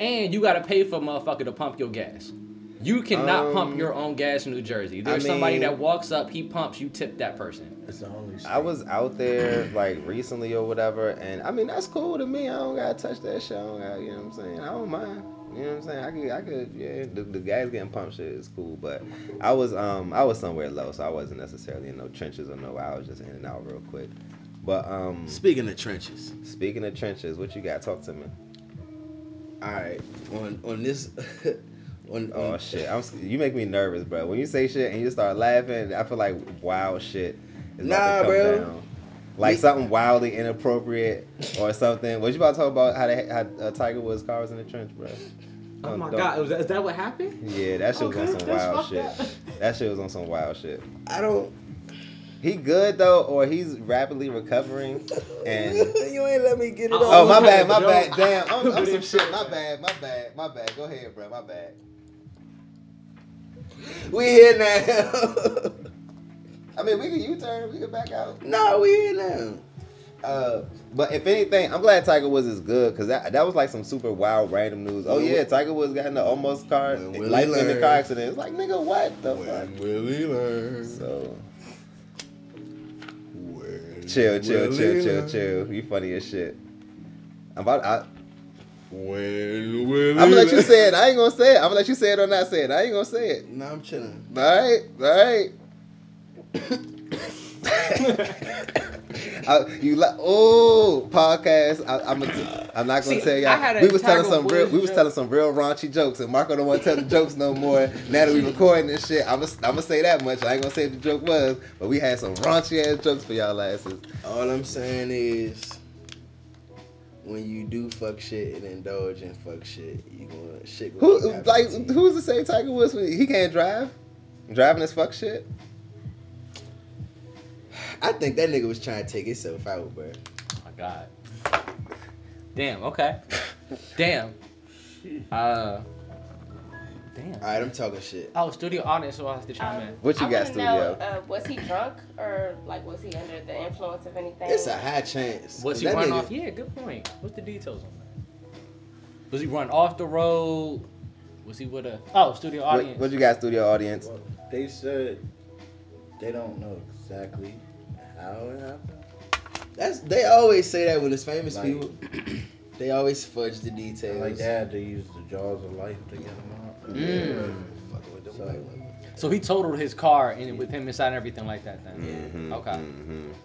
Speaker 5: and you gotta pay for a motherfucker to pump your gas. You cannot
Speaker 6: Um,
Speaker 5: pump your own gas in New Jersey. There's somebody
Speaker 1: mean-
Speaker 5: that walks up, he pumps, you tip that person.
Speaker 6: It's the only. State.
Speaker 1: I was out there like recently or whatever, and I mean that's cool to me. I don't gotta touch that shit. I don't gotta, you know what I'm saying? I don't mind. You know what I'm saying? I could, I could, yeah. The, the guys getting pumped shit is cool, but I was, um, I was somewhere low, so I wasn't necessarily in no trenches or no. I was just in and out real quick. But um,
Speaker 2: Speaking of trenches,
Speaker 1: speaking of trenches, what you got? Talk to me.
Speaker 2: all right. On on this, on,
Speaker 1: Oh
Speaker 2: on
Speaker 1: shit! I'm, s- you make me nervous, bro. When you say shit and you start laughing, I feel like wild shit is about
Speaker 2: Nah,
Speaker 1: to come
Speaker 2: bro.
Speaker 1: down. Like
Speaker 2: We-
Speaker 1: something wildly inappropriate or something. Was you about to talk about how, the, how uh, Tiger Woods' car was in the trench, bro?
Speaker 4: Oh
Speaker 1: Don't-
Speaker 4: my
Speaker 1: don't-
Speaker 4: god, was that, is that what happened?
Speaker 1: Yeah, that shit was on
Speaker 4: Okay,
Speaker 1: some
Speaker 4: that's
Speaker 1: wild
Speaker 4: fucked
Speaker 1: shit.
Speaker 4: up.
Speaker 1: That shit was on some wild shit.
Speaker 2: I don't.
Speaker 1: He good though, or he's rapidly recovering. And
Speaker 2: you ain't let me get it
Speaker 4: I
Speaker 2: off.
Speaker 1: oh my
Speaker 4: almost
Speaker 1: bad,
Speaker 4: had
Speaker 1: my
Speaker 4: the
Speaker 1: bad,
Speaker 4: joke.
Speaker 1: damn, I'm, I'm some
Speaker 4: Couldn't
Speaker 1: shit.
Speaker 4: say
Speaker 1: My
Speaker 4: that.
Speaker 1: bad, my bad, my bad. Go ahead, bro. My bad.
Speaker 2: We here now.
Speaker 1: I mean, we can U-turn. We can back out.
Speaker 2: nah, we here now.
Speaker 1: Uh, but if anything, I'm glad Tiger Woods is good because that, that was like some super wild random news. Oh
Speaker 2: When
Speaker 1: yeah,
Speaker 2: Wi-
Speaker 1: Tiger Woods got in the almost car,
Speaker 2: When Willie
Speaker 1: life in the
Speaker 2: learned.
Speaker 1: car accident. It's like nigga, what the fuck?
Speaker 2: Willie learn?
Speaker 1: So chill, chill, chill, chill, chill. You funny as shit. I'm about. I,
Speaker 2: When Willie
Speaker 1: I'm gonna let you say it. I ain't gonna say it. I'm gonna let you say it or not say it. I ain't gonna say it.
Speaker 2: Nah, I'm chilling.
Speaker 1: All right, all right. I, you like oh podcast? I, I'm a, I'm not gonna
Speaker 5: See,
Speaker 1: tell
Speaker 5: I had
Speaker 1: y'all.
Speaker 5: a
Speaker 1: We was telling
Speaker 5: Tiger
Speaker 1: some real
Speaker 5: Woods
Speaker 1: we was
Speaker 5: joke.
Speaker 1: telling some real raunchy jokes, and Marco don't want to tell the jokes no more. Now that we recording this shit, I'm gonna I'm gonna say that much. I ain't gonna say what the joke was, but we had some raunchy ass jokes for y'all asses.
Speaker 2: All I'm saying is, when you do fuck shit and indulge in fuck shit, you gonna shit. gonna
Speaker 1: Who
Speaker 2: happen
Speaker 1: like
Speaker 2: to you.
Speaker 1: who's the same Tiger Woods? when He can't drive, driving as fuck shit.
Speaker 2: I think that nigga was trying to take himself out, bro.
Speaker 5: Oh my god. Damn, okay. Damn. Uh
Speaker 2: All
Speaker 5: Damn.
Speaker 2: right, I'm talking shit.
Speaker 5: Oh, studio audience so I have to chime in.
Speaker 1: What you
Speaker 7: I
Speaker 1: got,
Speaker 7: wanna
Speaker 1: studio?
Speaker 7: Know, uh, was he drunk or like was he under the influence of anything?
Speaker 2: It's a high chance.
Speaker 5: Was he
Speaker 2: That
Speaker 5: running
Speaker 2: nigga-
Speaker 5: off? Yeah, good point. What's the details on that? Was he running off the road? Was he with a Oh, studio
Speaker 1: what,
Speaker 5: audience.
Speaker 1: what you got, studio audience?
Speaker 6: Well, they said they don't know exactly how it happened.
Speaker 2: That's they always say that when it's famous
Speaker 6: Like-
Speaker 2: people. They always fudge the details.
Speaker 6: Like they had to use the jaws of life to get them out.
Speaker 5: Mm.
Speaker 2: Fucking with them
Speaker 6: So-
Speaker 2: white women.
Speaker 5: So he totaled his car and with him inside and everything like that then. Okay.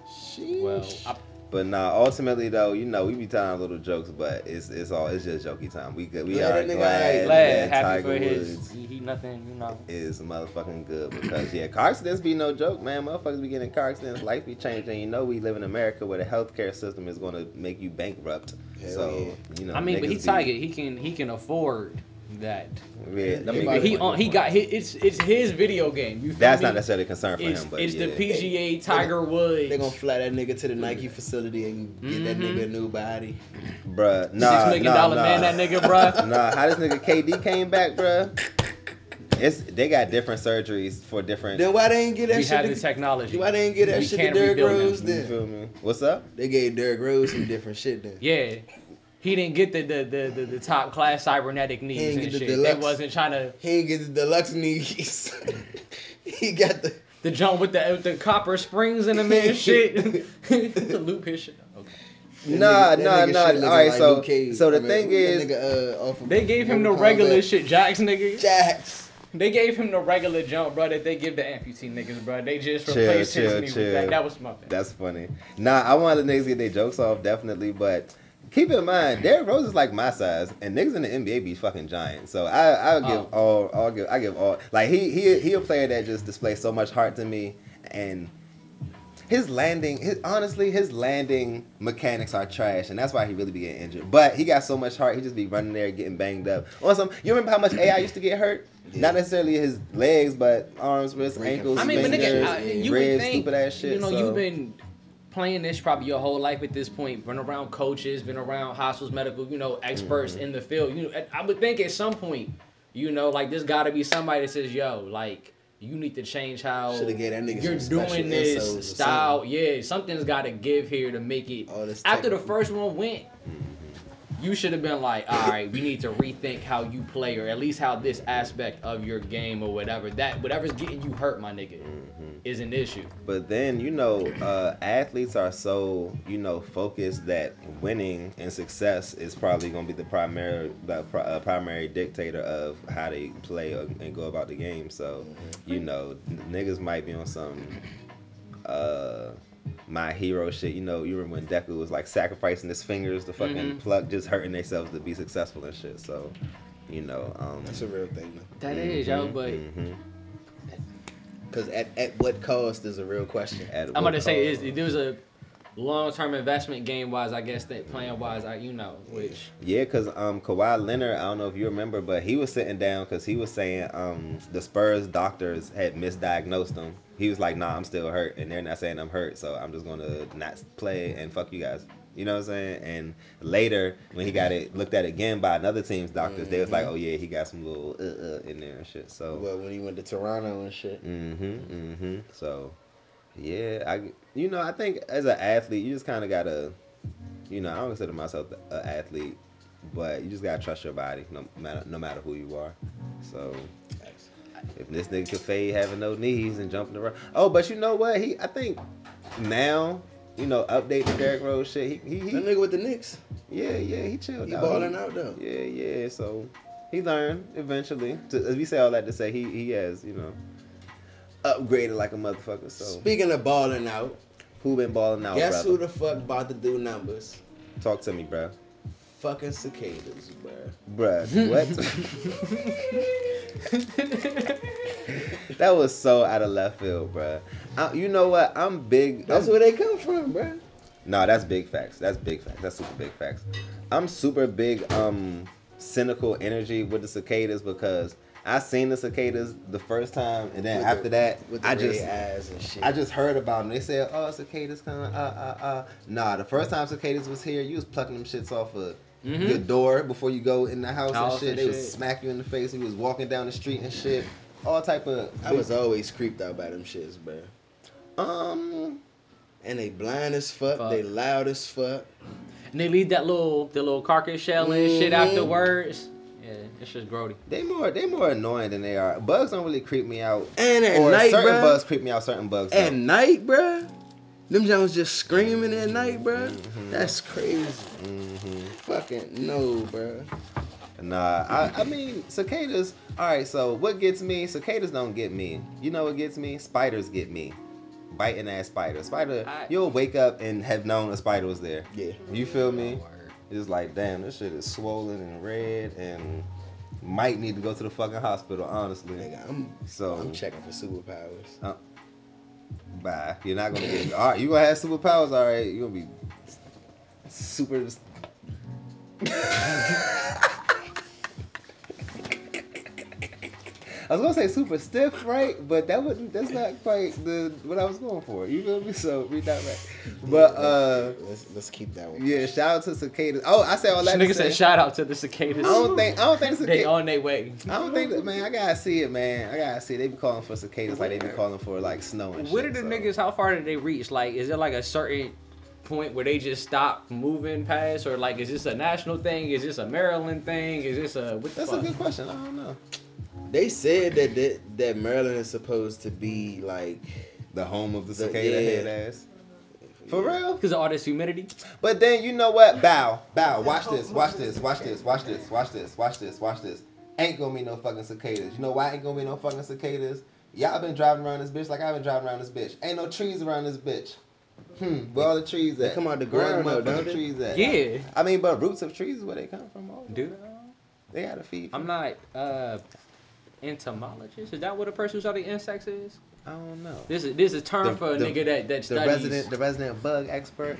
Speaker 2: Sheesh.
Speaker 5: Well, I,
Speaker 1: Mm-hmm, But nah, ultimately though, you know, we be telling little jokes, but it's it's all it's just jokey time. We good. We
Speaker 2: Yeah,
Speaker 1: are
Speaker 2: that nigga
Speaker 1: glad,
Speaker 2: ain't
Speaker 5: glad,
Speaker 1: that
Speaker 5: happy
Speaker 1: Tiger
Speaker 5: for his.
Speaker 1: Woods
Speaker 5: He, he nothing, you know.
Speaker 1: is motherfucking good because yeah, car accidents be no joke, man. Motherfuckers be getting car accidents, life be changing. You know, we live in America where the healthcare system is gonna make you bankrupt.
Speaker 2: Hell
Speaker 1: so
Speaker 2: yeah.
Speaker 1: you know,
Speaker 5: I mean, but
Speaker 1: niggas
Speaker 5: he
Speaker 1: be-
Speaker 5: Tiger. He can he can afford that.
Speaker 1: Yeah, let me
Speaker 5: But he
Speaker 1: get one
Speaker 5: on, he
Speaker 1: more.
Speaker 5: got his, it's it's his video game. You feel
Speaker 1: That's
Speaker 5: me?
Speaker 1: not necessarily a concern for
Speaker 5: It's,
Speaker 1: him, but
Speaker 5: it's
Speaker 1: yeah.
Speaker 5: the PGA Tiger Woods.
Speaker 2: They gonna fly that nigga to the Nike facility and get that
Speaker 5: Mhm.
Speaker 2: nigga a new body.
Speaker 1: Bruh, nah,
Speaker 5: Six million
Speaker 1: nah,
Speaker 5: dollar
Speaker 1: nah.
Speaker 5: man, that nigga, bruh.
Speaker 1: nah, how this nigga KD came back, bruh. It's they got different surgeries for different.
Speaker 2: Then why they ain't get that
Speaker 5: we
Speaker 2: shit?
Speaker 5: have
Speaker 2: To,
Speaker 5: the technology.
Speaker 2: why they ain't get that
Speaker 5: We
Speaker 2: shit to
Speaker 5: can't
Speaker 2: Derrick
Speaker 5: rebuild him.
Speaker 2: Rose
Speaker 1: You
Speaker 2: then?
Speaker 1: feel me? What's up?
Speaker 2: They gave Derrick Rose some different shit then.
Speaker 5: Yeah. He didn't get the the, the, the, the top class cybernetic knees
Speaker 2: didn't
Speaker 5: and
Speaker 2: get the
Speaker 5: shit. They
Speaker 2: deluxe.
Speaker 5: wasn't trying to
Speaker 2: He ain't get the deluxe knees. he got the
Speaker 5: the jump with the with the copper springs in the man shit. to loop his shit. Okay.
Speaker 1: Nah,
Speaker 2: that
Speaker 1: nah,
Speaker 2: nigga
Speaker 1: nah.
Speaker 2: shit looking
Speaker 1: All right,
Speaker 2: like
Speaker 1: so
Speaker 2: Luke Cage.
Speaker 1: so the
Speaker 2: I mean,
Speaker 1: thing
Speaker 2: that
Speaker 1: is,
Speaker 2: nigga, uh, off of-
Speaker 5: They gave him
Speaker 2: what
Speaker 5: the
Speaker 2: we call
Speaker 5: regular
Speaker 2: that?
Speaker 5: shit, Jacks nigga.
Speaker 2: Jacks.
Speaker 5: They gave him the regular jump, bro, that they give the amputee niggas, bro. They just
Speaker 1: Chill,
Speaker 5: replaced his
Speaker 1: chill,
Speaker 5: knee
Speaker 1: chill.
Speaker 5: with that. That was my bad.
Speaker 1: that's funny. Nah, I want the niggas to get their jokes off definitely, but keep in mind Derrick Rose is like my size, and niggas in the NBA be fucking giant. So I I'll give all I'll give I give all like he he he a player that just displays so much heart to me and. His landing, his honestly, his landing mechanics are trash, and that's why he really be getting injured. But he got so much heart, he just be running there, getting banged up. On some, you remember how much AI used to get hurt? Not necessarily his legs, but arms, wrists,
Speaker 2: Breaking
Speaker 1: ankles.
Speaker 5: I mean, but nigga,
Speaker 1: fingers,
Speaker 5: I, you
Speaker 1: ribs,
Speaker 5: would think,
Speaker 1: stupid ass shit.
Speaker 5: you know,
Speaker 1: so.
Speaker 5: you've been playing this probably your whole life at this point. Been around coaches, been around hospitals, medical, you know, experts
Speaker 2: Mm-hmm.
Speaker 5: in the field. You know, I- I would think at some point, you know, like there's got to be somebody that says, "Yo, like." You need to change how
Speaker 2: Shoulda gave that nigga
Speaker 5: you're
Speaker 2: some special
Speaker 5: doing
Speaker 2: insoles or
Speaker 5: this style. Yeah, something's got to give here to make it.
Speaker 2: All this
Speaker 5: After the
Speaker 2: technical-
Speaker 5: first one went,
Speaker 1: Mm-hmm.
Speaker 5: you should have been like, all right, we need to rethink how you play, or at least how this aspect of your game or whatever that whatever's getting you hurt, my nigga,
Speaker 1: Mm-hmm.
Speaker 5: is an issue.
Speaker 1: But then you know, uh, athletes are so you know focused that winning and success is probably going to be the primary the pri- uh, primary dictator of how they play or, and go about the game. So you
Speaker 2: Mm-hmm.
Speaker 1: know, n- niggas might be on some uh, my hero shit. You know, you remember when Deku was like sacrificing his fingers to fucking
Speaker 2: Mm-hmm.
Speaker 1: pluck, just hurting themselves to be successful and shit. So you know, um,
Speaker 2: That's a real thing though.
Speaker 5: That is, yo, but
Speaker 1: mhm.
Speaker 2: Cause at, at what cost is a real question.
Speaker 1: At um,
Speaker 5: I'm
Speaker 1: what
Speaker 5: gonna say is
Speaker 1: cost?
Speaker 5: there was a long term investment game wise, I guess that plan wise, I you know,
Speaker 1: Mm-hmm.
Speaker 5: which
Speaker 1: Yeah, cause um Kawhi Leonard, I don't know if you remember, but he was sitting down because he was saying um the Spurs doctors had misdiagnosed him. He was like, "Nah, I'm still hurt," and they're not saying I'm hurt, so I'm just gonna not play and fuck you guys. You know what I'm saying? And later, when he got it looked at again by another team's doctors, they was
Speaker 5: Mm-hmm.
Speaker 1: like, "Oh yeah, he got some little uh, uh in there and shit." So
Speaker 2: Well, when he went to Toronto and shit.
Speaker 1: Mm-hmm. Mm-hmm. So, yeah, I you know I think as an athlete you just kind of gotta, you know I don't consider myself an athlete, but you just gotta trust your body no matter no matter who you are. So. If this nigga could fade having no knees and jumping around, oh, but you know what? He, I think now, you know, update the Derrick Rose shit. He, he,
Speaker 2: That
Speaker 1: he
Speaker 2: nigga with the Knicks,
Speaker 1: yeah, yeah, he chilled.
Speaker 2: he
Speaker 1: out.
Speaker 2: balling out though.
Speaker 1: Yeah, yeah. So he learned eventually. To, as we say all that to say, he he has you know upgraded like a motherfucker. So
Speaker 2: Speaking of balling out,
Speaker 1: who been balling out,
Speaker 2: guess
Speaker 1: brother?
Speaker 2: who the fuck about to do numbers?
Speaker 1: Talk to me, bruh.
Speaker 2: Fucking cicadas, bruh.
Speaker 1: Bruh, what? that was so out of left field, bruh. I, you know what? I'm big.
Speaker 2: That's
Speaker 1: I'm-
Speaker 2: where they come from, bruh.
Speaker 1: No, that's big facts. That's big facts. That's super big facts. I'm super big um cynical energy with the cicadas because I seen the cicadas the first time and then
Speaker 2: With the-
Speaker 1: after that
Speaker 2: with the
Speaker 1: I
Speaker 2: red
Speaker 1: just
Speaker 2: eyes and shit.
Speaker 1: I just heard about them. They said, "Oh, cicadas coming." Uh, uh, uh. Nah, the first time cicadas was here, you was plucking them shits off of your door before you go in the house, and
Speaker 5: Mm-hmm. House
Speaker 1: shit.
Speaker 5: and
Speaker 1: they would
Speaker 5: shit.
Speaker 1: smack you in the face. You was walking down the street and shit. All type of.
Speaker 2: I was always creeped out by them shits, bruh.
Speaker 1: um.
Speaker 2: And they blind as fuck,
Speaker 5: Fuck.
Speaker 2: They loud as fuck.
Speaker 5: and they leave that little the little carcass shell and shit
Speaker 1: Mm-hmm.
Speaker 2: Mhm.
Speaker 5: afterwards. Yeah, it's just grody.
Speaker 1: They more they more annoying than they are. Bugs don't really creep me out.
Speaker 2: And at
Speaker 1: or
Speaker 2: night,
Speaker 1: certain
Speaker 2: bruh.
Speaker 1: bugs creep me out. Certain bugs.
Speaker 2: At
Speaker 1: don't.
Speaker 2: night, bruh. Them Jones just screaming at night, bruh.
Speaker 6: Mm-hmm.
Speaker 2: That's crazy. Fucking no, bruh.
Speaker 1: Nah, uh, I, I mean cicadas. All right, so what gets me? Cicadas don't get me. You know what gets me? Spiders get me. Biting ass spider. Spider.
Speaker 5: I-
Speaker 1: you'll wake up and have known a spider was there.
Speaker 2: Yeah.
Speaker 1: You feel me? It's like damn, this shit is swollen and red and might need to go to the fucking hospital. Honestly.
Speaker 2: Nigga, I'm
Speaker 1: So-
Speaker 6: Mm-hmm.
Speaker 2: I'm checking for superpowers.
Speaker 1: Uh, bye. You're not gonna get. All right, you gonna have superpowers. All right, you gonna be super. was gonna say super stiff, right? But that wouldn't. That's not quite the what I was going for. You feel me? So redirect. But uh,
Speaker 2: Let's let's keep that one.
Speaker 1: yeah, shout out to cicadas. Oh, I said all that. to
Speaker 5: Nigga
Speaker 1: say-
Speaker 5: said shout out to the
Speaker 1: I
Speaker 5: cicadas.
Speaker 1: don't think. I don't think the
Speaker 5: They
Speaker 1: cicada.
Speaker 5: on their way.
Speaker 1: I don't think that man. I gotta see it, man. I gotta see. It. They be calling for cicadas like they be calling for like snow and shit.
Speaker 5: What are the
Speaker 1: so.
Speaker 5: niggas? How far did they reach? Like, is it like a certain point where they just stop moving past, or like, is this a national thing? Is this a Maryland thing? Is this a what the
Speaker 1: That's a
Speaker 5: fuck?
Speaker 1: good question. I don't know.
Speaker 6: They said that that, that Maryland is supposed to be like
Speaker 1: The home of the
Speaker 6: The-
Speaker 1: cicada
Speaker 6: yeah.
Speaker 1: head ass. For real?
Speaker 5: Because of all this humidity.
Speaker 1: But then you know what? Bow, bow. Watch this. Watch this. Watch this. Watch this. Watch this. Watch this. Watch this. Ain't gonna be no fucking cicadas. You know why ain't gonna be no fucking cicadas? Y'all been driving around this bitch like I've been driving around this bitch. Ain't no trees around this bitch. Hmm. Where all the trees at?
Speaker 6: come out the
Speaker 1: Where
Speaker 6: ground though,
Speaker 1: motherfucking
Speaker 6: don't they?
Speaker 1: trees at?
Speaker 5: Yeah,
Speaker 1: I mean, but roots of trees is where they come from. All
Speaker 5: dude.
Speaker 1: They gotta feed.
Speaker 5: I'm not uh entomologist. Is that what a person who studies insects is?
Speaker 1: I don't know.
Speaker 5: This is this is a term
Speaker 1: The-
Speaker 5: for a
Speaker 1: the-
Speaker 5: nigga that that
Speaker 1: The
Speaker 5: studies.
Speaker 1: resident, the resident bug expert.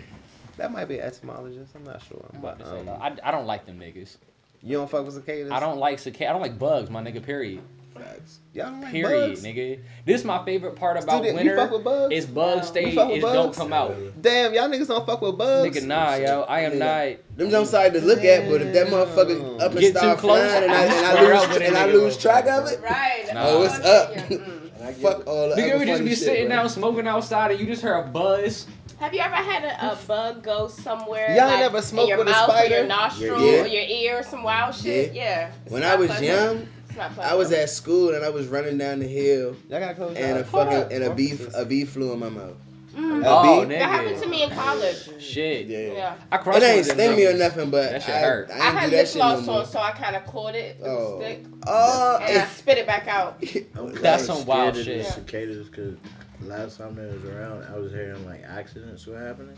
Speaker 1: That might be an etymologist. I'm not sure.
Speaker 5: I'm about
Speaker 1: But,
Speaker 5: to say,
Speaker 1: um,
Speaker 5: though, I, I don't like them niggas.
Speaker 1: you don't fuck with cicadas.
Speaker 5: I don't like cicadas. I don't like bugs, my nigga. Period.
Speaker 1: Facts. Y'all don't like
Speaker 5: Period,
Speaker 1: bugs?
Speaker 5: nigga. This is my favorite part about
Speaker 1: Dude,
Speaker 5: winter.
Speaker 1: You fuck with bugs?
Speaker 5: It's bug
Speaker 7: No.
Speaker 5: stay.
Speaker 1: You fuck with
Speaker 5: It don't
Speaker 1: bugs?
Speaker 5: come out.
Speaker 1: Damn, y'all niggas don't fuck with bugs.
Speaker 5: Nigga, nah, yo. I am
Speaker 6: Nigga.
Speaker 5: not.
Speaker 6: them don't side to look at, but if that motherfucker up and
Speaker 5: Get too
Speaker 6: start
Speaker 5: close,
Speaker 6: flying and I,
Speaker 5: I'm
Speaker 6: and I
Speaker 5: square up
Speaker 6: lose
Speaker 5: with that
Speaker 6: and I
Speaker 5: nigga,
Speaker 6: lose
Speaker 5: bro.
Speaker 6: track of it,
Speaker 7: Right.
Speaker 5: Nah.
Speaker 6: Oh, it's up.
Speaker 7: Yeah, mm.
Speaker 6: fuck all the
Speaker 5: Nigga,
Speaker 6: other
Speaker 5: we just
Speaker 6: funny
Speaker 5: be
Speaker 6: shit,
Speaker 5: sitting
Speaker 6: bro.
Speaker 5: down smoking outside and you just hear a buzz.
Speaker 7: Have you ever had a, a bug go somewhere?
Speaker 1: Y'all
Speaker 7: like,
Speaker 1: never smoked
Speaker 7: in your
Speaker 1: with a
Speaker 7: mouth Or
Speaker 1: spider?
Speaker 7: your nostril
Speaker 6: Yeah.
Speaker 7: or your ear or some wild shit? Yeah. It's
Speaker 6: When
Speaker 7: not
Speaker 6: I was
Speaker 7: pleasant.
Speaker 6: young,
Speaker 7: It's not pleasant.
Speaker 6: I was at school and I was running down the hill
Speaker 1: Y'all gotta close your
Speaker 6: and a
Speaker 1: eyes.
Speaker 6: fucking and a bee a bee flew in my mouth.
Speaker 7: Mm.
Speaker 1: A
Speaker 5: Oh,
Speaker 1: bee?
Speaker 7: That happened to
Speaker 5: nigga.
Speaker 7: me in college.
Speaker 5: Shit.
Speaker 6: Yeah.
Speaker 7: Yeah.
Speaker 5: I
Speaker 6: It
Speaker 5: crushed one
Speaker 6: ain't
Speaker 5: of them
Speaker 6: sting me or
Speaker 5: jokers.
Speaker 6: nothing, but
Speaker 5: That shit
Speaker 6: I,
Speaker 5: hurt.
Speaker 6: I
Speaker 7: I,
Speaker 6: ain't
Speaker 7: had
Speaker 6: do that
Speaker 7: lip
Speaker 6: shit no
Speaker 7: gloss
Speaker 6: more.
Speaker 7: on, so I kind of caught it with
Speaker 6: Oh.
Speaker 7: a stick
Speaker 6: Oh,
Speaker 7: and I
Speaker 6: it's,
Speaker 7: spit it back out.
Speaker 5: That's some wild
Speaker 6: scared of
Speaker 7: shit.
Speaker 6: the Cicadas, because last time they was around, I was hearing like accidents were happening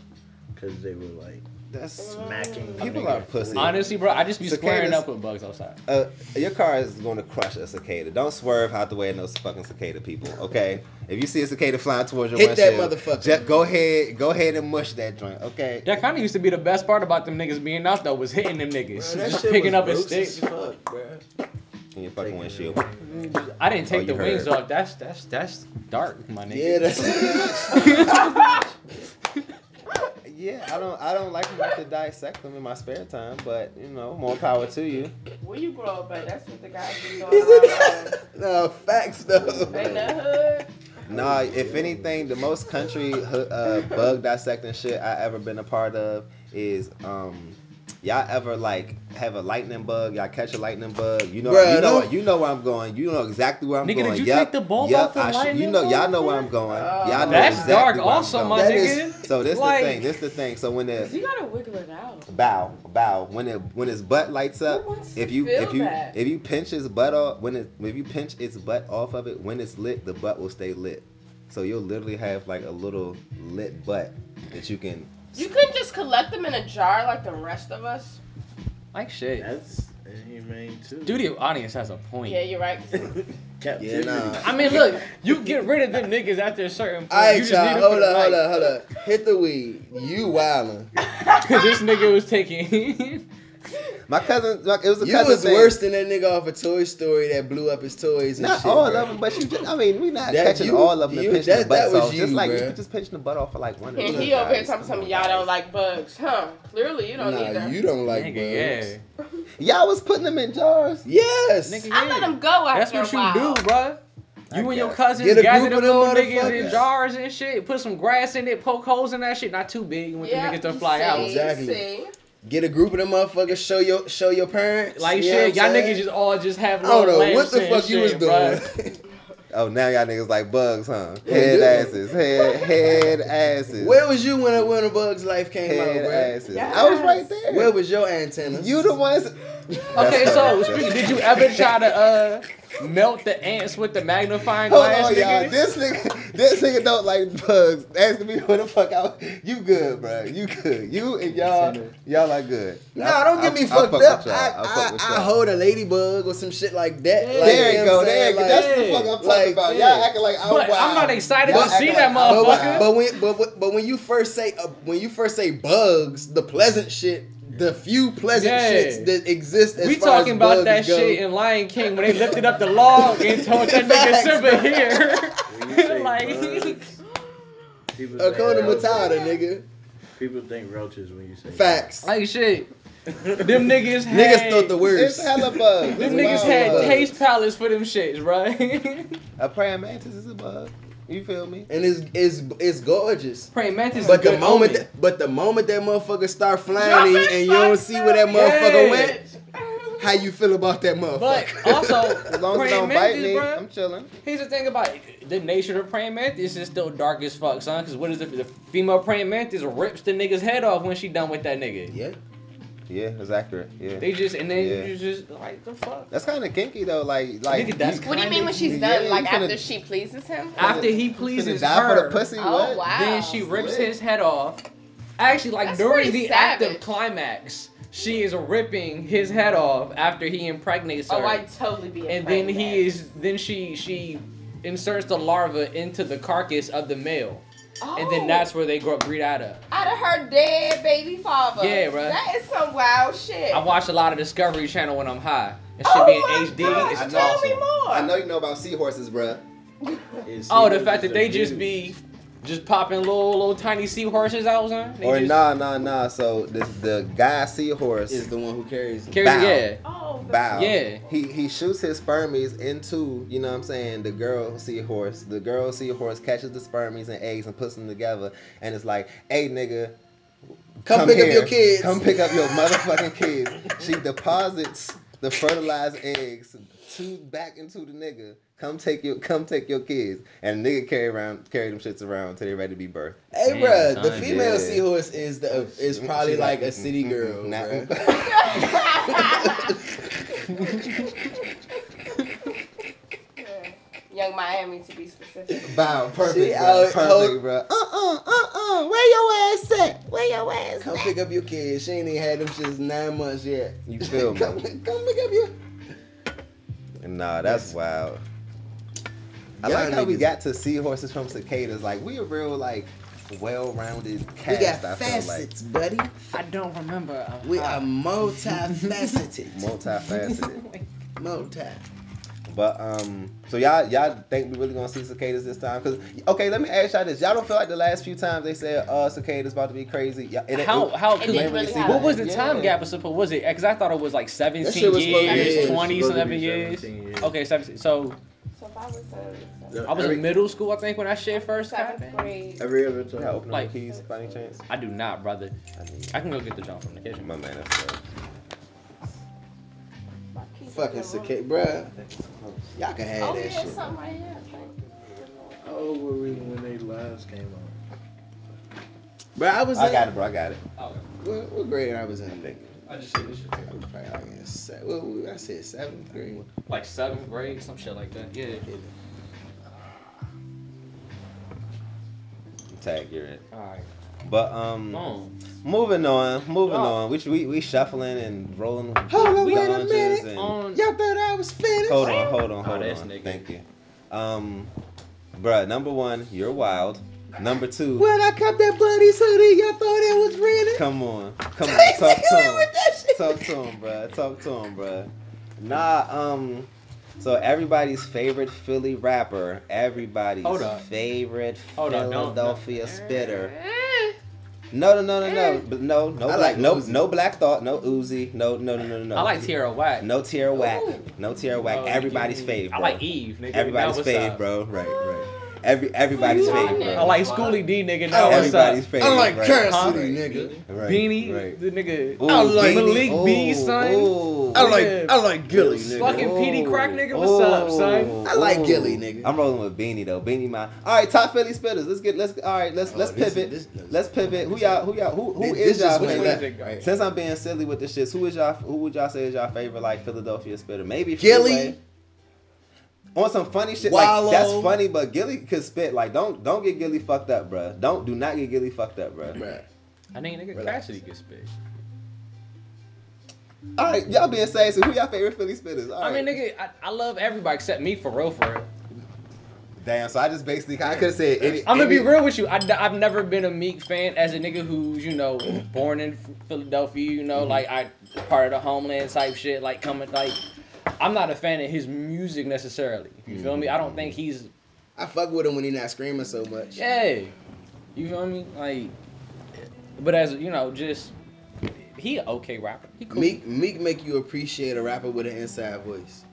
Speaker 6: because they were like
Speaker 1: That's
Speaker 6: smacking. the
Speaker 1: People
Speaker 6: nigga.
Speaker 1: are pussy.
Speaker 5: Honestly, bro, I just be squaring
Speaker 1: Cicadas.
Speaker 5: up with bugs outside.
Speaker 1: uh, your car is gonna crush a cicada. Don't swerve out the way of those fucking cicada people, okay? If you see a cicada flying towards your
Speaker 6: Hit that
Speaker 1: windshield,
Speaker 6: motherfucker.
Speaker 1: Just go ahead, go ahead and mush that joint, okay?
Speaker 5: That kind of used to be the best part about them niggas being out though was hitting them niggas,
Speaker 6: Bro, that
Speaker 5: just
Speaker 6: shit
Speaker 5: picking
Speaker 6: was
Speaker 5: up a
Speaker 6: gross
Speaker 5: stick.
Speaker 6: as Fuck, bro.
Speaker 1: In your fucking windshield.
Speaker 5: I didn't take
Speaker 1: Oh,
Speaker 5: the
Speaker 1: you
Speaker 5: wings
Speaker 1: heard.
Speaker 5: off. That's that's that's dark, my nigga.
Speaker 6: Yeah, that's
Speaker 1: Yeah, I don't, I don't like them to dissect them in my spare time, but you know, more power to you.
Speaker 7: Where you grow up at? That's what the guys be doing. around,
Speaker 6: no facts
Speaker 7: uh, in
Speaker 6: though.
Speaker 7: the hood.
Speaker 1: Nah, if anything, the most country uh, bug dissecting shit I ever been a part of is um, y'all ever like have a lightning bug? Y'all catch a lightning bug? You know,
Speaker 6: Bruh,
Speaker 1: you know,
Speaker 6: don't-
Speaker 1: you know where I'm going. You know exactly where I'm
Speaker 5: Nigga, did
Speaker 1: going.
Speaker 5: you
Speaker 1: Yup,
Speaker 5: take the bulb
Speaker 1: yup,
Speaker 5: off the
Speaker 1: I should- You
Speaker 5: lightning
Speaker 1: know, y'all
Speaker 5: bug,
Speaker 1: know where
Speaker 5: bruh?
Speaker 1: I'm going.
Speaker 7: Oh.
Speaker 1: y'all know
Speaker 5: That's
Speaker 1: exactly
Speaker 5: dark,
Speaker 1: where I'm
Speaker 5: also,
Speaker 1: going.
Speaker 5: my
Speaker 6: That
Speaker 5: nigga.
Speaker 1: So this
Speaker 5: Like-
Speaker 1: the thing. This the thing. So when the
Speaker 7: You gotta wiggle it out.
Speaker 1: bow bow when it when his butt lights up
Speaker 7: Who wants
Speaker 1: if
Speaker 7: to
Speaker 1: you
Speaker 7: feel
Speaker 1: if you
Speaker 7: that?
Speaker 1: if you pinch his butt off when it if you pinch its butt off of it when it's lit the butt will stay lit so you'll literally have like a little lit butt that you can
Speaker 7: You couldn't just collect them in a jar like the rest of us.
Speaker 5: Like shit.
Speaker 6: That's inhumane too.
Speaker 5: Dude, the audience has a point.
Speaker 7: Yeah, you're right.
Speaker 6: Captivity.
Speaker 1: nah.
Speaker 5: I mean, look, you get rid of them niggas after a certain point.
Speaker 6: All
Speaker 5: you
Speaker 6: right,
Speaker 5: just
Speaker 6: y'all.
Speaker 5: need
Speaker 6: Hold up, hold up, hold up. Hit the weed. You wildin'.
Speaker 5: Because this nigga was taking.
Speaker 1: my cousin like it was a
Speaker 6: You
Speaker 1: cousin
Speaker 6: was
Speaker 1: thing.
Speaker 6: worse than that nigga off a Toy Story that blew up his toys and
Speaker 1: not
Speaker 6: shit.
Speaker 1: all
Speaker 6: bro.
Speaker 1: of them, but you just, I mean, we not
Speaker 6: That
Speaker 1: catching
Speaker 6: you-
Speaker 1: all of them
Speaker 6: you-
Speaker 1: and pinching
Speaker 6: that-
Speaker 1: the butt
Speaker 6: that was
Speaker 1: off. Just
Speaker 6: you,
Speaker 1: like
Speaker 6: bruh.
Speaker 1: you just pinching the butt off for like one or
Speaker 7: And
Speaker 1: two
Speaker 7: he over here
Speaker 1: guys.
Speaker 7: talking
Speaker 1: Come
Speaker 7: something
Speaker 1: on,
Speaker 7: y'all don't
Speaker 1: guys.
Speaker 7: like bugs, huh? Clearly you don't
Speaker 6: Nah,
Speaker 7: either.
Speaker 6: you don't like
Speaker 5: nigga,
Speaker 6: bugs.
Speaker 5: yeah.
Speaker 1: Y'all was putting them in jars.
Speaker 6: Yes.
Speaker 5: Nigga,
Speaker 7: I let
Speaker 5: yeah.
Speaker 7: them go
Speaker 5: That's
Speaker 7: after
Speaker 5: what
Speaker 7: a
Speaker 5: you
Speaker 7: while.
Speaker 5: do, bruh.
Speaker 1: I
Speaker 5: You and your
Speaker 1: guess.
Speaker 5: cousins
Speaker 6: Get a
Speaker 5: gather
Speaker 6: group
Speaker 5: them
Speaker 6: of
Speaker 5: little
Speaker 6: them
Speaker 5: niggas in
Speaker 6: motherfuckers.
Speaker 5: jars and shit. Put some grass in it, poke holes in that shit. Not too big, and want
Speaker 7: Yeah,
Speaker 5: the niggas to
Speaker 7: you
Speaker 5: fly
Speaker 7: see,
Speaker 5: out.
Speaker 7: you
Speaker 6: Exactly.
Speaker 7: see.
Speaker 6: Get a group of them motherfuckers. Show your show your parents.
Speaker 5: Like
Speaker 6: you know
Speaker 5: shit,
Speaker 6: what
Speaker 5: y'all
Speaker 6: I'm
Speaker 5: niggas
Speaker 6: saying?
Speaker 5: just all just have.
Speaker 6: I don't
Speaker 5: little
Speaker 6: know what
Speaker 5: lamps
Speaker 6: the
Speaker 5: and
Speaker 6: fuck you was
Speaker 5: shit, bruh.
Speaker 6: doing.
Speaker 1: Oh, now y'all niggas like bugs, huh?
Speaker 6: Yeah,
Speaker 1: Head
Speaker 6: you-
Speaker 1: asses, head head asses.
Speaker 6: Where was you when when a bug's life came
Speaker 1: Head
Speaker 6: out,
Speaker 1: asses. I was
Speaker 7: Yes.
Speaker 1: right there.
Speaker 6: bro? Where was your antennas?
Speaker 1: You the ones.
Speaker 5: Okay,
Speaker 1: That's
Speaker 5: so
Speaker 1: correct.
Speaker 5: speaking, did you ever try to uh melt the ants with the magnifying
Speaker 1: Hold
Speaker 5: glass,
Speaker 1: on, y'all.
Speaker 5: nigga?
Speaker 1: This nigga, this nigga don't like bugs. Asking me who the fuck out. You good, bro? You good? You and y'all, y'all are good.
Speaker 6: Nah, don't get
Speaker 1: I-
Speaker 6: me
Speaker 1: I
Speaker 6: fucked
Speaker 1: fuck
Speaker 6: up.
Speaker 1: with y'all.
Speaker 6: I,
Speaker 1: I fuck
Speaker 6: I,
Speaker 1: with
Speaker 6: I,
Speaker 1: y'all.
Speaker 6: hold a ladybug or some shit like that. Like,
Speaker 1: There you
Speaker 6: know
Speaker 1: go.
Speaker 6: what I'm
Speaker 1: There,
Speaker 6: saying?
Speaker 1: you go. that's
Speaker 5: like-
Speaker 1: the fuck I'm talking
Speaker 6: Like,
Speaker 1: about.
Speaker 6: yeah.
Speaker 1: Y'all acting like oh, I'm
Speaker 5: But I'm
Speaker 1: wild.
Speaker 5: not excited
Speaker 1: Y'all
Speaker 5: to see
Speaker 1: acting
Speaker 5: that
Speaker 1: I'm
Speaker 6: But,
Speaker 5: motherfucker.
Speaker 1: wild.
Speaker 6: but when but, when- but when you first say uh, when you first say bugs, the pleasant shit
Speaker 2: the few pleasant
Speaker 5: Yeah.
Speaker 2: shits that exist as
Speaker 5: we
Speaker 2: far
Speaker 5: talking
Speaker 2: as
Speaker 5: about
Speaker 2: bugs
Speaker 5: that
Speaker 2: go.
Speaker 5: shit in Lion King when they lifted up the log and told that nigga
Speaker 2: Facts.
Speaker 5: Simba here.
Speaker 6: When you say
Speaker 5: Like-
Speaker 6: bugs, people think
Speaker 2: Hakuna
Speaker 6: roaches.
Speaker 2: Matata, nigga.
Speaker 6: People think roaches when you say
Speaker 2: Facts.
Speaker 5: Like shit. Them niggas had,
Speaker 2: Niggas thought the
Speaker 1: It's
Speaker 2: worst.
Speaker 1: hella bugs.
Speaker 5: them
Speaker 1: It's
Speaker 5: niggas
Speaker 1: wild
Speaker 5: had
Speaker 1: bugs.
Speaker 5: taste palates for them shits, right?
Speaker 1: A praying mantis is a bug. You feel me?
Speaker 2: And it's it's it's gorgeous.
Speaker 5: Praying mantis. is
Speaker 2: But
Speaker 5: good
Speaker 2: the moment,
Speaker 5: omen.
Speaker 2: that, but the moment that motherfucker start flying and, and you don't see where that motherfucker
Speaker 5: Yeah.
Speaker 2: went, how you feel about that motherfucker?
Speaker 5: but also,
Speaker 1: As long as it
Speaker 5: praying
Speaker 1: don't bite
Speaker 5: mantis,
Speaker 1: me,
Speaker 5: bruh,
Speaker 1: I'm chilling.
Speaker 5: Here's the thing about it. The nature of praying mantis is still dark as fuck, son. Because what is the, the female praying mantis rips the nigga's head off when she done with that nigga.
Speaker 2: yeah,
Speaker 1: Yeah, that's accurate. Yeah.
Speaker 5: They just and then
Speaker 1: Yeah.
Speaker 5: you just like the fuck.
Speaker 1: That's kind of kinky though. Like, like
Speaker 5: Nigga, that's
Speaker 7: What do you mean when she's
Speaker 1: Yeah,
Speaker 7: done?
Speaker 1: you
Speaker 7: like
Speaker 1: finna-
Speaker 7: after she pleases him?
Speaker 5: After he
Speaker 1: you finna
Speaker 5: pleases
Speaker 1: die for
Speaker 5: her,
Speaker 1: the pussy.
Speaker 7: Oh
Speaker 1: what?
Speaker 7: wow.
Speaker 5: then she rips
Speaker 1: Lit.
Speaker 5: his head off. Actually, like
Speaker 7: That's
Speaker 5: during
Speaker 7: pretty
Speaker 5: the act of
Speaker 7: savage.
Speaker 5: climax, she is ripping his head off after he impregnates her,
Speaker 7: Oh, I totally be.
Speaker 5: and then he is then she she inserts the larva into the carcass of the male, and then that's
Speaker 7: Oh!
Speaker 5: where they grow breed out of.
Speaker 7: out of Oh, her dead baby father.
Speaker 5: Yeah, bruh.
Speaker 7: That is some wild shit.
Speaker 5: I watch a lot of Discovery Channel when I'm high. It should
Speaker 7: oh
Speaker 5: be
Speaker 7: my
Speaker 5: in HD.
Speaker 7: Gosh,
Speaker 5: it's
Speaker 7: tell
Speaker 5: awesome.
Speaker 7: me more.
Speaker 1: I know you know about seahorses, bruh.
Speaker 6: that.
Speaker 5: Oh, the fact that they just be just popping little little tiny seahorses out, son. They
Speaker 1: Or
Speaker 5: just
Speaker 1: nah, nah, nah. So this the guy seahorse
Speaker 2: is the one who carries. it.
Speaker 5: carry-
Speaker 1: bow.
Speaker 5: yeah.
Speaker 7: Oh, the-
Speaker 1: bow.
Speaker 5: Yeah.
Speaker 1: He he shoots his spermies into, you know what I'm saying, the girl seahorse. The girl seahorse catches the spermies and eggs and puts them together and it's like, hey nigga,
Speaker 2: Come, pick
Speaker 1: here.
Speaker 2: up your kids.
Speaker 1: Come pick up your motherfucking kids. She deposits the fertilized eggs to back into the nigga. Come take your come take your kids. And nigga carry around carry them shits around till they ready to be birthed.
Speaker 2: Hey,
Speaker 5: Man,
Speaker 2: bruh, the
Speaker 5: son,
Speaker 2: female
Speaker 1: yeah.
Speaker 2: seahorse is the is probably
Speaker 1: She
Speaker 2: like a city
Speaker 1: mm, mm,
Speaker 2: girl.
Speaker 1: mm, nah,
Speaker 2: bruh.
Speaker 1: mm.
Speaker 7: Young Miami to be specific.
Speaker 1: Bow,
Speaker 2: She
Speaker 1: perfect, bro.
Speaker 2: out-
Speaker 1: perfect, bro. Uh uh
Speaker 5: Uh-uh,
Speaker 1: uh uh. Where your ass at? Where your ass
Speaker 2: Come
Speaker 1: at?
Speaker 2: pick up your kids. She ain't even had them shits nine months yet.
Speaker 1: You feel me?
Speaker 2: come, come pick up your.
Speaker 1: Nah, that's wild. I
Speaker 2: Y'all
Speaker 1: like how we
Speaker 2: niggas-
Speaker 1: got to seahorses from cicadas. Like we a real like well-rounded
Speaker 2: We
Speaker 1: cast.
Speaker 2: got
Speaker 1: I
Speaker 2: facets, buddy.
Speaker 5: I don't remember. uh, I'm
Speaker 2: We
Speaker 5: high.
Speaker 2: are multifaceted.
Speaker 1: feel like multifaceted.
Speaker 2: Multi.
Speaker 1: but um, so y'all y'all think we really gonna see cicadas this time? Cause okay, let me ask y'all this. Y'all don't feel like the last few times they said uh cicadas about to be crazy. Y'all, it,
Speaker 5: How
Speaker 1: it-
Speaker 5: how
Speaker 7: It
Speaker 5: could
Speaker 7: didn't really happen.
Speaker 5: what was the time
Speaker 1: Yeah.
Speaker 5: gap? Was supposed was it? Because I thought it was like
Speaker 2: That shit
Speaker 5: seventeen
Speaker 2: was supposed to be-
Speaker 5: years,
Speaker 2: yeah,
Speaker 5: twenty
Speaker 6: it was supposed to
Speaker 5: something
Speaker 6: be
Speaker 5: years.
Speaker 6: 17 years.
Speaker 5: Okay, seventeen. So
Speaker 7: So if I was a
Speaker 6: The-
Speaker 5: I was
Speaker 6: every,
Speaker 5: in middle school, I think, when that shit first
Speaker 7: seventh
Speaker 5: happened.
Speaker 7: grade,
Speaker 6: Every other time.
Speaker 1: Can I open
Speaker 5: Like-
Speaker 1: up the keys by any chance?
Speaker 5: I do not, brother.
Speaker 1: I need
Speaker 5: I can go get the job from the kitchen.
Speaker 1: my man. That's good.
Speaker 7: my keys
Speaker 2: Fucking
Speaker 7: in the room.
Speaker 2: cicada, bruh. Y'all can have
Speaker 7: Oh
Speaker 2: that
Speaker 7: yeah,
Speaker 2: shit.
Speaker 7: something right here. I think.
Speaker 6: How old were we when they lives came out?
Speaker 2: Bruh, I was.
Speaker 1: I
Speaker 2: in-
Speaker 1: got it, bro. I got it.
Speaker 4: Oh,
Speaker 2: What, what grade I was in? I
Speaker 4: I just see this shit.
Speaker 2: was probably like in se- what- what- I said seventh grade.
Speaker 4: Like seventh grade, some shit like that. Yeah.
Speaker 1: Tag, you're it.
Speaker 5: Alright,
Speaker 1: But um,
Speaker 5: boom.
Speaker 1: moving on, moving
Speaker 5: Yeah.
Speaker 1: on. We, we we shuffling and rolling.
Speaker 2: Hold on,
Speaker 1: we
Speaker 2: wait a
Speaker 1: launches
Speaker 2: minute.
Speaker 1: and-
Speaker 5: On
Speaker 2: Y'all thought I was finished?
Speaker 1: hold on, hold on,
Speaker 5: Oh,
Speaker 1: hold
Speaker 5: this
Speaker 1: on.
Speaker 5: nigga.
Speaker 1: Thank you. Um, bruh, number one, you're wild. Number two,
Speaker 2: When I cut that bunny's hoodie, y'all thought it was rented?
Speaker 1: come on, come on,
Speaker 2: They
Speaker 1: talk to
Speaker 2: hit me
Speaker 1: him.
Speaker 2: with that shit.
Speaker 1: Talk to him, bruh. Talk to him, bruh. Nah, um, so everybody's favorite Philly rapper, everybody's
Speaker 5: Hold up.
Speaker 1: favorite
Speaker 5: Hold up, don't-
Speaker 1: Philadelphia spitter.
Speaker 7: Eh,
Speaker 1: No, no, no, no, no, but no, no
Speaker 2: Eh. I
Speaker 1: black,
Speaker 2: like
Speaker 1: no,
Speaker 2: Uzi.
Speaker 1: no black thought, no Uzi, no, no, no, no, no.
Speaker 5: I like Tierra Whack.
Speaker 1: No Tierra Whack,
Speaker 7: Ooh.
Speaker 1: no Tierra Whack.
Speaker 5: Oh,
Speaker 1: everybody's
Speaker 5: you-
Speaker 1: fave, bro.
Speaker 5: I like Eve, nigga.
Speaker 1: everybody's
Speaker 5: Now what's
Speaker 1: fave,
Speaker 5: up?
Speaker 1: bro. Right, right. Every everybody's
Speaker 7: You
Speaker 1: fave,
Speaker 7: on
Speaker 1: bro.
Speaker 7: it.
Speaker 5: I like Schooly D, nigga.
Speaker 2: I
Speaker 5: Now
Speaker 2: like
Speaker 5: Oh, what's up?
Speaker 1: everybody's fave.
Speaker 2: I like
Speaker 1: right,
Speaker 2: Currency,
Speaker 1: right,
Speaker 2: nigga.
Speaker 1: Right,
Speaker 5: Beanie,
Speaker 1: right.
Speaker 5: the nigga.
Speaker 1: Ooh,
Speaker 5: I like
Speaker 1: Beanie.
Speaker 5: Malik B,
Speaker 1: Ooh,
Speaker 5: son.
Speaker 1: ooh.
Speaker 2: I like
Speaker 5: Yeah.
Speaker 2: I like Gilly,
Speaker 5: It's
Speaker 2: nigga.
Speaker 5: fucking- PD crack, nigga, what's up, son?
Speaker 2: I like Gilly, nigga.
Speaker 1: I'm rolling with Beanie though. Beanie my. All right, top Philly spitters. Let's get. Let's. All right. Let's.
Speaker 2: Oh,
Speaker 1: let's
Speaker 2: this-
Speaker 1: pivot.
Speaker 2: this- this-
Speaker 1: let's pivot. Who y'all? Who y'all? Who, who
Speaker 2: This-
Speaker 1: is
Speaker 2: this just
Speaker 1: y'all?
Speaker 2: went
Speaker 5: Which
Speaker 1: favorite?
Speaker 2: left,
Speaker 5: one is it?
Speaker 2: right?
Speaker 1: Since I'm being silly with this shit, who is y'all? Who would y'all say is y'all favorite like Philadelphia spitter? Maybe
Speaker 2: Gilly.
Speaker 1: Freeway. On some funny shit,
Speaker 2: Wallow.
Speaker 1: like that's funny, but Gilly could spit. Like don't don't get Gilly fucked up, bruh. Don't do not get Gilly fucked up, bruh.
Speaker 2: Bruh.
Speaker 5: I think nigga
Speaker 2: Relax.
Speaker 5: Cassidy gets big.
Speaker 1: All right, y'all being sassy. So who y'all favorite Philly spitters? All
Speaker 5: I
Speaker 1: right.
Speaker 5: mean, nigga, I, I love everybody except me for real, for real.
Speaker 1: Damn. So I just basically I could have said any.
Speaker 5: I'm gonna be
Speaker 1: any-
Speaker 5: real with you. I, have never been a Meek fan as a nigga who's you know born in Philadelphia. You
Speaker 2: Mm-hmm.
Speaker 5: know, like I part of the homeland type shit. Like coming like, I'm not a fan of his music necessarily. You feel
Speaker 2: Mm-hmm.
Speaker 5: me? I don't think he's
Speaker 2: I fuck with him when he not screaming so much.
Speaker 5: yeah. You feel me? Like, but as you know, just he a okay rapper. He cool.
Speaker 2: Meek Meek make you appreciate a rapper with an inside voice.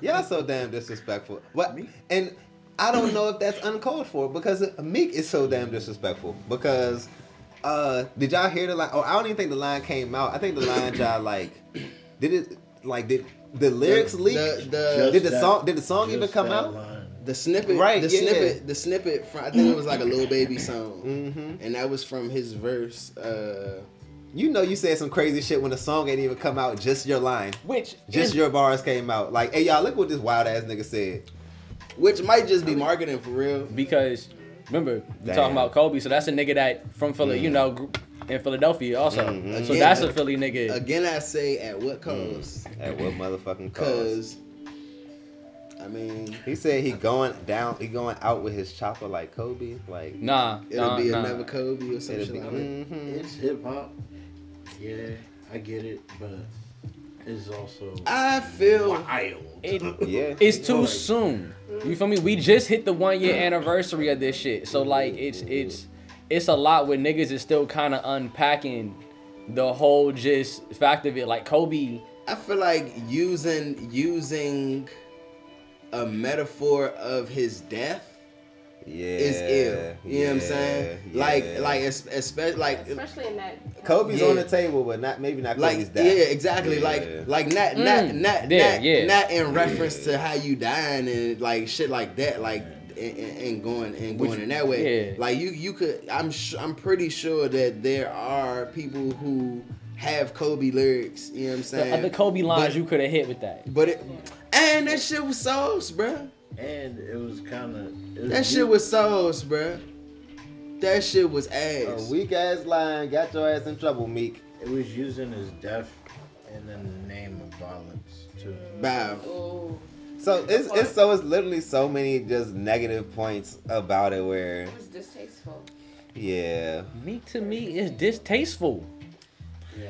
Speaker 1: Y'all so damn disrespectful. But and I don't know if that's uncalled for because Meek is so damn disrespectful. Because uh did y'all hear the line? Oh, I don't even think the line came out. I think the line y'all like did it like did the lyrics leak?
Speaker 2: The the,
Speaker 1: Uh, did
Speaker 2: the,
Speaker 1: the
Speaker 6: that-
Speaker 1: song did the song even
Speaker 6: Just
Speaker 1: come
Speaker 6: that
Speaker 1: out?
Speaker 6: line.
Speaker 2: snippet
Speaker 1: Right,
Speaker 2: the
Speaker 1: yeah.
Speaker 2: snippet the snippet from I think it was like a little baby song.
Speaker 1: Mm-hmm.
Speaker 2: And that was from his verse. Uh,
Speaker 1: You know you said some crazy shit when the song ain't even come out, just your line.
Speaker 5: Which
Speaker 1: Just
Speaker 5: is-
Speaker 1: your bars came out. Like, hey y'all, look what this wild ass nigga said.
Speaker 2: which might just be marketing for real.
Speaker 5: because remember we're
Speaker 1: Damn.
Speaker 5: talking about Kobe, so that's a nigga that from Philly, you know, gr- in Philadelphia
Speaker 1: Mhm.
Speaker 5: also. So
Speaker 2: Mm-hmm. Again,
Speaker 5: that's a Philly nigga.
Speaker 2: Again, I say at what
Speaker 1: Mm.
Speaker 2: cost?
Speaker 1: At what motherfucking cause?
Speaker 2: Because I mean,
Speaker 1: He said he going down, he going out with his chopper like Kobe. Like,
Speaker 5: Nah,
Speaker 2: it'll
Speaker 5: nah,
Speaker 2: be
Speaker 5: nah.
Speaker 2: another Kobe or
Speaker 1: it'd
Speaker 2: something
Speaker 1: be-
Speaker 2: like that.
Speaker 1: mhm.
Speaker 6: It's hip hop. Yeah, I get it, but it's also
Speaker 2: I feel
Speaker 6: wild.
Speaker 5: It-
Speaker 1: Yeah.
Speaker 5: It's too soon. You feel me? We just hit the one year anniversary of this shit, so like it's it's it's a lot where niggas is still kind of unpacking the whole just fact of it. Like Kobe,
Speaker 2: I feel like using using a metaphor of his death
Speaker 1: yeah.
Speaker 2: is ill. You know what I'm saying? Like like especially like
Speaker 7: Especially in that.
Speaker 1: Kobe's
Speaker 2: Yeah.
Speaker 1: on the table, but not maybe not Kobe's
Speaker 2: like
Speaker 1: dad.
Speaker 2: yeah, exactly.
Speaker 1: Yeah.
Speaker 2: Like like not
Speaker 5: Mm.
Speaker 2: not not
Speaker 5: Yeah,
Speaker 2: not,
Speaker 5: yeah.
Speaker 2: not in reference to how you dying and like shit like that. Like and, and and going and
Speaker 5: Would
Speaker 2: going
Speaker 5: you-
Speaker 2: in that way.
Speaker 5: yeah.
Speaker 2: Like you you could. I'm sh- I'm pretty sure that there are people who have Kobe lyrics. You know what I'm
Speaker 5: the,
Speaker 2: saying?
Speaker 5: the Kobe lines
Speaker 2: But-
Speaker 5: you could have hit with that.
Speaker 2: But it and that shit was sauce, bruh.
Speaker 6: And it was kind of
Speaker 2: That shit was sauce, bruh. That shit was
Speaker 1: A
Speaker 2: ass.
Speaker 1: weak ass line got your ass in trouble, Meek.
Speaker 6: It was using his death in the name of violence to
Speaker 2: Bow.
Speaker 7: Ooh.
Speaker 1: So it's, it's so it's literally so many just negative points about it where
Speaker 7: It was distasteful.
Speaker 1: yeah.
Speaker 5: Meek to me is distasteful.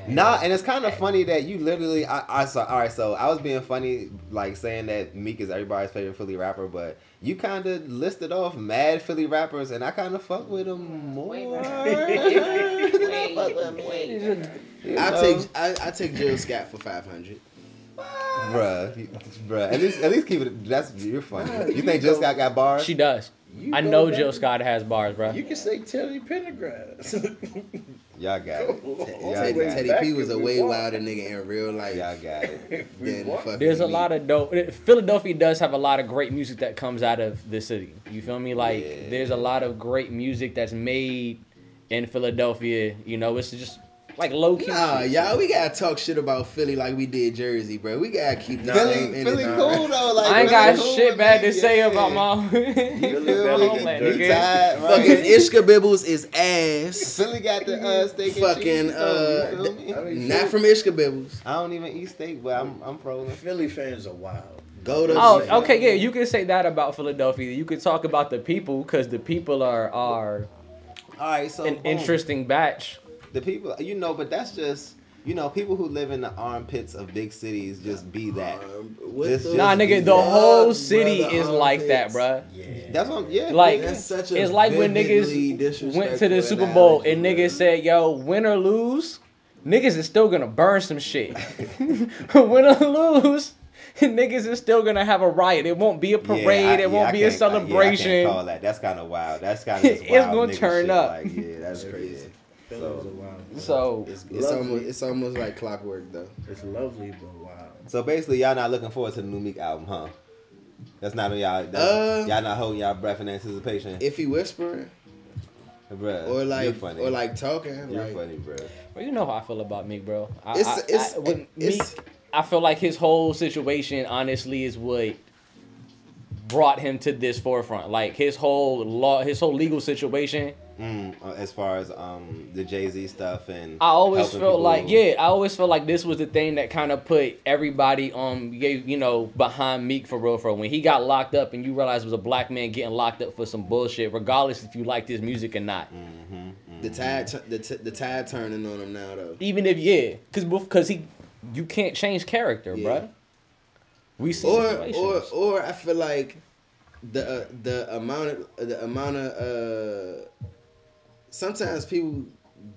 Speaker 1: Nah, and it's kind of funny that you literally. I, I saw. All right, so I was being funny, like saying that Meek is everybody's favorite Philly rapper, but you kind of listed off mad Philly rappers, and I kind of fuck with them more.
Speaker 7: Way
Speaker 1: than
Speaker 7: more.
Speaker 1: I
Speaker 7: Way,
Speaker 1: fuck with 'em.
Speaker 7: way.
Speaker 5: It's just-
Speaker 1: You
Speaker 2: I
Speaker 1: know?
Speaker 2: take I, I take Jill Scott for five hundred.
Speaker 1: bruh, you- bruh. At least, at least keep it. That's you're funny. You think Jill Scott got bars?
Speaker 5: She does.
Speaker 6: You
Speaker 5: I
Speaker 6: go
Speaker 5: know
Speaker 6: back-
Speaker 5: Jill Scott has bars, bro.
Speaker 6: You can say Teddy Pendergrass.
Speaker 1: Y'all got it.
Speaker 6: All
Speaker 1: Yeah,
Speaker 2: Teddy,
Speaker 1: yeah.
Speaker 2: Teddy P was a way wilder nigga in real life
Speaker 1: Y'all got it.
Speaker 2: than fucking
Speaker 5: There's a
Speaker 2: me.
Speaker 5: lot of dope. Philadelphia does have a lot of great music that comes out of the city. You feel me? Like
Speaker 1: Yeah.
Speaker 5: there's a lot of great music that's made in Philadelphia. You know, it's just like low key.
Speaker 2: Nah,
Speaker 5: shit.
Speaker 2: y'all, we gotta talk shit about Philly like we did Jersey, bro. We gotta keep the same
Speaker 1: Philly, Philly
Speaker 2: energy.
Speaker 1: cool though. Like
Speaker 5: I
Speaker 1: Philly
Speaker 5: ain't got
Speaker 1: cool
Speaker 5: shit
Speaker 1: with
Speaker 5: bad to
Speaker 1: Meek,
Speaker 5: say
Speaker 1: yeah.
Speaker 5: about my
Speaker 1: You
Speaker 5: Philly
Speaker 1: feel me?
Speaker 5: homeland,
Speaker 1: You
Speaker 5: nigga.
Speaker 1: tired, right?
Speaker 2: Fucking Ishka Bibbles is ass.
Speaker 1: Philly got the uh, steak and
Speaker 2: Fucking,
Speaker 1: cheese. though, you
Speaker 2: uh,
Speaker 1: feel me?
Speaker 6: I mean,
Speaker 2: Not from Ishka Bibbles.
Speaker 1: I don't even eat steak, but I'm I'm frozen.
Speaker 6: Philly fans are wild.
Speaker 2: Go to
Speaker 5: Oh, okay, yeah, you can say that about Philadelphia. You could talk about the people because the people are are
Speaker 1: All right, so
Speaker 5: an
Speaker 1: boom.
Speaker 5: interesting batch.
Speaker 1: The people, you know, but that's just you know people who live in the armpits of big cities just be that.
Speaker 2: Um, what
Speaker 1: This-
Speaker 2: the
Speaker 5: Nah, nigga, the
Speaker 2: fuck,
Speaker 5: whole city
Speaker 2: brother,
Speaker 5: is like
Speaker 2: armpits?
Speaker 5: that, bruh.
Speaker 6: Yeah.
Speaker 1: That's what I'm, yeah.
Speaker 5: Like,
Speaker 1: nigga.
Speaker 2: That's such a
Speaker 5: It's like when
Speaker 2: vividly
Speaker 5: niggas went to
Speaker 2: disrespectful
Speaker 5: the Super Bowl
Speaker 2: analogy,
Speaker 5: and
Speaker 2: bro.
Speaker 5: niggas said, "Yo, win or lose, niggas is still gonna burn some shit. win or lose, niggas is still gonna have a riot. It won't be a
Speaker 1: Yeah, I-
Speaker 5: parade.
Speaker 1: yeah,
Speaker 5: it won't
Speaker 1: I
Speaker 5: be a
Speaker 1: can't- I- yeah, I can't
Speaker 5: celebration.
Speaker 1: call that. That's kind of wild. That's kind of
Speaker 5: It's
Speaker 1: wild
Speaker 5: gonna
Speaker 1: nigga
Speaker 5: turn
Speaker 1: shit.
Speaker 5: up.
Speaker 1: Like, yeah, that's crazy.
Speaker 6: Philly's a wild.
Speaker 5: so
Speaker 6: it's,
Speaker 2: It's
Speaker 6: lovely.
Speaker 2: almost, it's almost like clockwork, though.
Speaker 6: it's lovely but wild.
Speaker 1: So basically, y'all not looking forward to the new Meek album, huh? That's not on y'all. That's,
Speaker 2: Uh,
Speaker 1: y'all not holding y'all breath in anticipation,
Speaker 2: If he whispering
Speaker 1: bruh.
Speaker 2: or
Speaker 1: you're
Speaker 2: like
Speaker 1: funny.
Speaker 2: or like talking,
Speaker 1: you're
Speaker 2: like
Speaker 1: funny, bruh.
Speaker 5: well, you know how I feel about Meek, bro. I,
Speaker 2: It's-
Speaker 5: I-
Speaker 2: it's-
Speaker 5: I- with
Speaker 2: it's-
Speaker 5: Meek, I feel like his whole situation, honestly, is what brought him to this forefront. Like his whole law, his whole legal situation
Speaker 1: Mm, uh, as far as um the Jay Z stuff and
Speaker 5: I always
Speaker 1: helping
Speaker 5: felt
Speaker 1: people-
Speaker 5: like yeah, I always felt like this was the thing that kind of put everybody on gave you know behind Meek for real for real. when he got locked up and you realize it was a black man getting locked up for some bullshit, regardless if you liked his music or not.
Speaker 2: The tide, tu- the, t- the tide turning on him now though.
Speaker 5: Even if yeah, cause bef- cause he, you can't change character,
Speaker 2: Yeah.
Speaker 5: bruh. We see
Speaker 2: Or
Speaker 5: situations.
Speaker 2: or or I feel like the uh, the amount of the amount of uh, sometimes people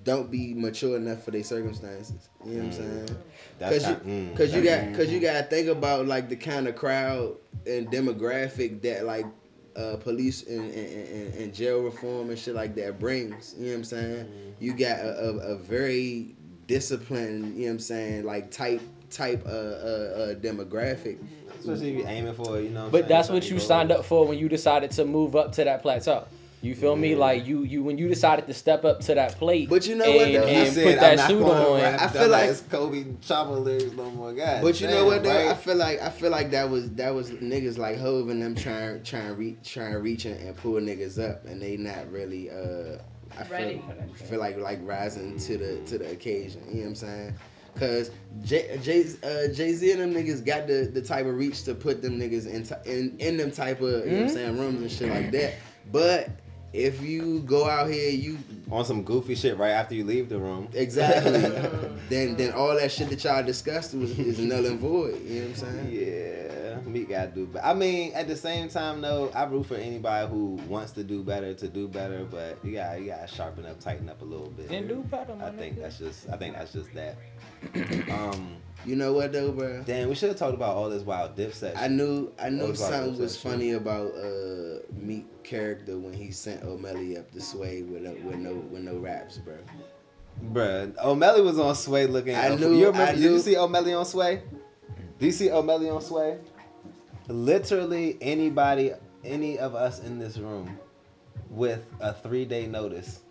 Speaker 2: don't be mature enough for their circumstances. You know what I'm saying?
Speaker 1: Mm. That's
Speaker 2: Cause you,
Speaker 1: not- mm,
Speaker 2: cause you
Speaker 1: that's-
Speaker 2: got, cause you got to think about like the kind of crowd and demographic that like uh, police and, and, and, and jail reform and shit like that brings. You know what I'm saying?
Speaker 1: Mm.
Speaker 2: You got a, a, a very disciplined, you know what I'm saying, like type type uh, uh, uh demographic.
Speaker 1: especially if you're aiming for it, you know. what I'm
Speaker 5: But
Speaker 1: saying?
Speaker 5: that's
Speaker 1: Some
Speaker 5: what you
Speaker 1: people-
Speaker 5: signed up for when you decided to move up to that plateau. You feel me? Like you, you when you decided to step up to that plate.
Speaker 2: But you know what,
Speaker 5: and,
Speaker 2: though? I
Speaker 5: and
Speaker 1: said
Speaker 5: put
Speaker 1: I'm
Speaker 5: that
Speaker 1: not
Speaker 5: suit
Speaker 1: gonna
Speaker 5: on.
Speaker 1: rap.
Speaker 2: I
Speaker 1: I'm
Speaker 2: feel
Speaker 1: not-
Speaker 2: like-
Speaker 1: it's Kobe Chopper lyrics no more. God,
Speaker 2: But you know
Speaker 1: damn,
Speaker 2: what though?
Speaker 1: right?
Speaker 2: I feel like I feel like that was that was niggas like Hov and them trying trying reach trying reach and, and pull niggas up and they not really uh I
Speaker 7: Ready
Speaker 2: feel,
Speaker 7: for that shit.
Speaker 2: feel like like rising to the to the occasion. You know what I'm saying? Cause Jay Jay uh, Jay Z and them niggas got the, the type of reach to put them niggas in ti- in, in them type of you know what I'm saying rooms and shit like that. But if you go out here, you
Speaker 1: on some goofy shit right after you leave the room.
Speaker 2: exactly then then all that shit that y'all discussed was is null and void. You know what I'm saying?
Speaker 1: Yeah, Meek gotta do better. I mean, at the same time, though, I root for anybody who wants to do better to do better, but you gotta you gotta sharpen up, tighten up a little bit.
Speaker 5: And do better, my
Speaker 1: I think
Speaker 5: nigga.
Speaker 1: that's just I think that's just that. um,
Speaker 2: You know what though, bro?
Speaker 1: damn, we should have talked about all this wild dip
Speaker 2: I
Speaker 1: section.
Speaker 2: knew I
Speaker 1: Oh,
Speaker 2: knew
Speaker 1: it's like
Speaker 2: something
Speaker 1: that
Speaker 2: was
Speaker 1: shit.
Speaker 2: funny about uh Meek character when he sent O'Malley up the sway with no with no with no raps, bro.
Speaker 1: Bruh, O'Malley was on Sway looking.
Speaker 2: I
Speaker 1: up-
Speaker 2: knew-
Speaker 1: You remember?
Speaker 2: I
Speaker 1: Did you
Speaker 2: knew-
Speaker 1: see O'Malley on Sway? Do you see O'Malley on Sway? Literally anybody, any of us in this room, with a three day notice,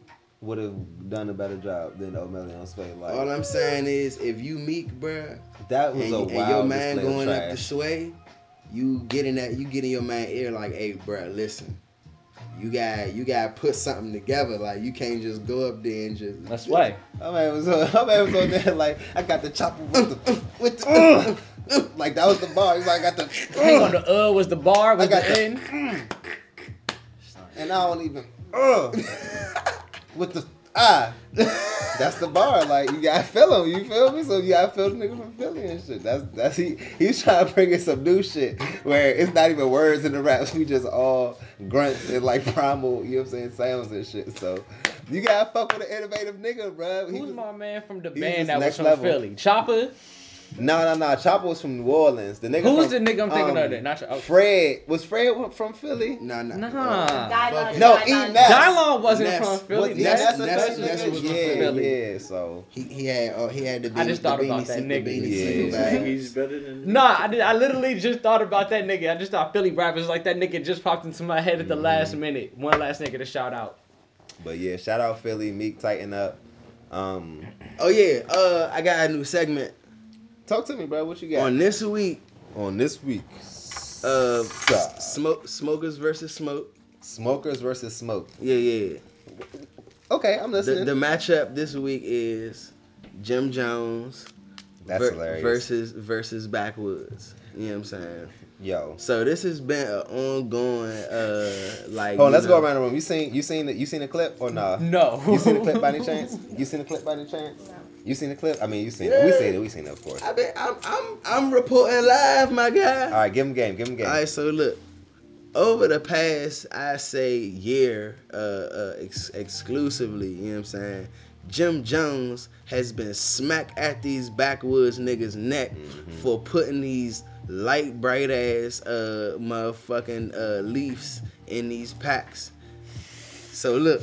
Speaker 1: would have done a better job than O'Malley on Sway. Like
Speaker 2: All I'm saying is if you Meek, bro,
Speaker 1: that
Speaker 2: and,
Speaker 1: was a
Speaker 2: and
Speaker 1: wild
Speaker 2: your man
Speaker 1: display of
Speaker 2: going up the
Speaker 1: trash.
Speaker 2: sway, you getting that you getting your man ear like, hey, bro, listen. You got you got to put something together. Like you can't just go up there and just
Speaker 5: That's why.
Speaker 1: My man was on, my man was on there like I got the chopper with the, with the
Speaker 2: Mm.
Speaker 1: like that was the bar. He's like I got the
Speaker 5: Hang on, the uh was the bar was
Speaker 1: I got
Speaker 5: the
Speaker 1: the-
Speaker 5: end.
Speaker 1: and I don't even ugh, with the ah. That's the bar. Like you gotta feel him. You feel me? So you gotta feel the nigga from Philly and shit. That's that's he. He's trying to bring in some new shit where it's not even words in the raps. We just all grunts and like primal. You know what I'm saying? Sounds and shit. So you gotta fuck with an innovative nigga, bro.
Speaker 5: Who's my man from the
Speaker 1: he
Speaker 5: band
Speaker 1: was
Speaker 5: that was
Speaker 1: next
Speaker 5: from
Speaker 1: level.
Speaker 5: Philly? Chopper.
Speaker 1: No, no, no. Chopper was from New Orleans. The nigga.
Speaker 5: Who's
Speaker 1: from- um,
Speaker 5: the nigga I'm thinking of that? Not Cho- oh.
Speaker 1: Fred. Was Fred wa- from Philly?
Speaker 2: nah nah.
Speaker 5: Nah.
Speaker 7: Guidelines,
Speaker 1: No,
Speaker 7: guidelines.
Speaker 1: eat now.
Speaker 5: Dylon wasn't
Speaker 2: Ness.
Speaker 5: from Philly.
Speaker 2: What-
Speaker 5: Ness-
Speaker 2: Ness-
Speaker 1: the
Speaker 2: Ness-
Speaker 1: third
Speaker 2: Ness
Speaker 1: nigga?
Speaker 2: was from
Speaker 1: yeah,
Speaker 5: Philly.
Speaker 1: yeah. So
Speaker 2: He, he had oh he had the beanie,
Speaker 5: I just thought
Speaker 2: the beanie
Speaker 5: about that
Speaker 2: suit, the
Speaker 5: nigga.
Speaker 2: beanie
Speaker 1: Yeah.
Speaker 2: suit,
Speaker 1: Yeah.
Speaker 2: right?
Speaker 6: He's better than.
Speaker 5: Nah, I did. I literally just thought about that nigga. I just thought Philly rappers like that nigga just popped into my head at the
Speaker 1: Mm.
Speaker 5: last minute. One last nigga to shout out.
Speaker 1: But yeah, shout out Philly, Meek tighten up. Um
Speaker 2: Oh yeah, uh, I got a new segment
Speaker 1: Talk to me, bro. What you got?
Speaker 2: on this week.
Speaker 1: on this week.
Speaker 2: Uh,
Speaker 1: Stop.
Speaker 2: smoke smokers versus smoke.
Speaker 1: Smokers versus smoke.
Speaker 2: Yeah, yeah.
Speaker 1: Okay, I'm
Speaker 2: The,
Speaker 1: listening.
Speaker 2: the matchup this week is Jim Jones
Speaker 1: That's
Speaker 2: ver-
Speaker 1: hilarious.
Speaker 2: versus versus Backwoods. You know what I'm saying?
Speaker 1: Yo.
Speaker 2: So this has been an ongoing uh like.
Speaker 1: Oh,
Speaker 2: you
Speaker 1: let's go
Speaker 2: know-
Speaker 1: around the room. You seen you seen the you seen the clip or nah?
Speaker 5: No.
Speaker 1: You seen the clip by any chance? You seen the clip by any chance? You seen the clip? I mean, you seen it. We seen it. We seen it, of course.
Speaker 2: I bet I'm I'm I'm reporting live, my guy.
Speaker 1: All right, give him game. Give him game.
Speaker 2: All right, so look, over the past, I say year, uh, uh ex- exclusively, you know what I'm saying. Jim Jones has been smack at these backwoods niggas neck
Speaker 1: Mm-hmm.
Speaker 2: for putting these light bright ass uh motherfucking uh leafs in these packs. So look,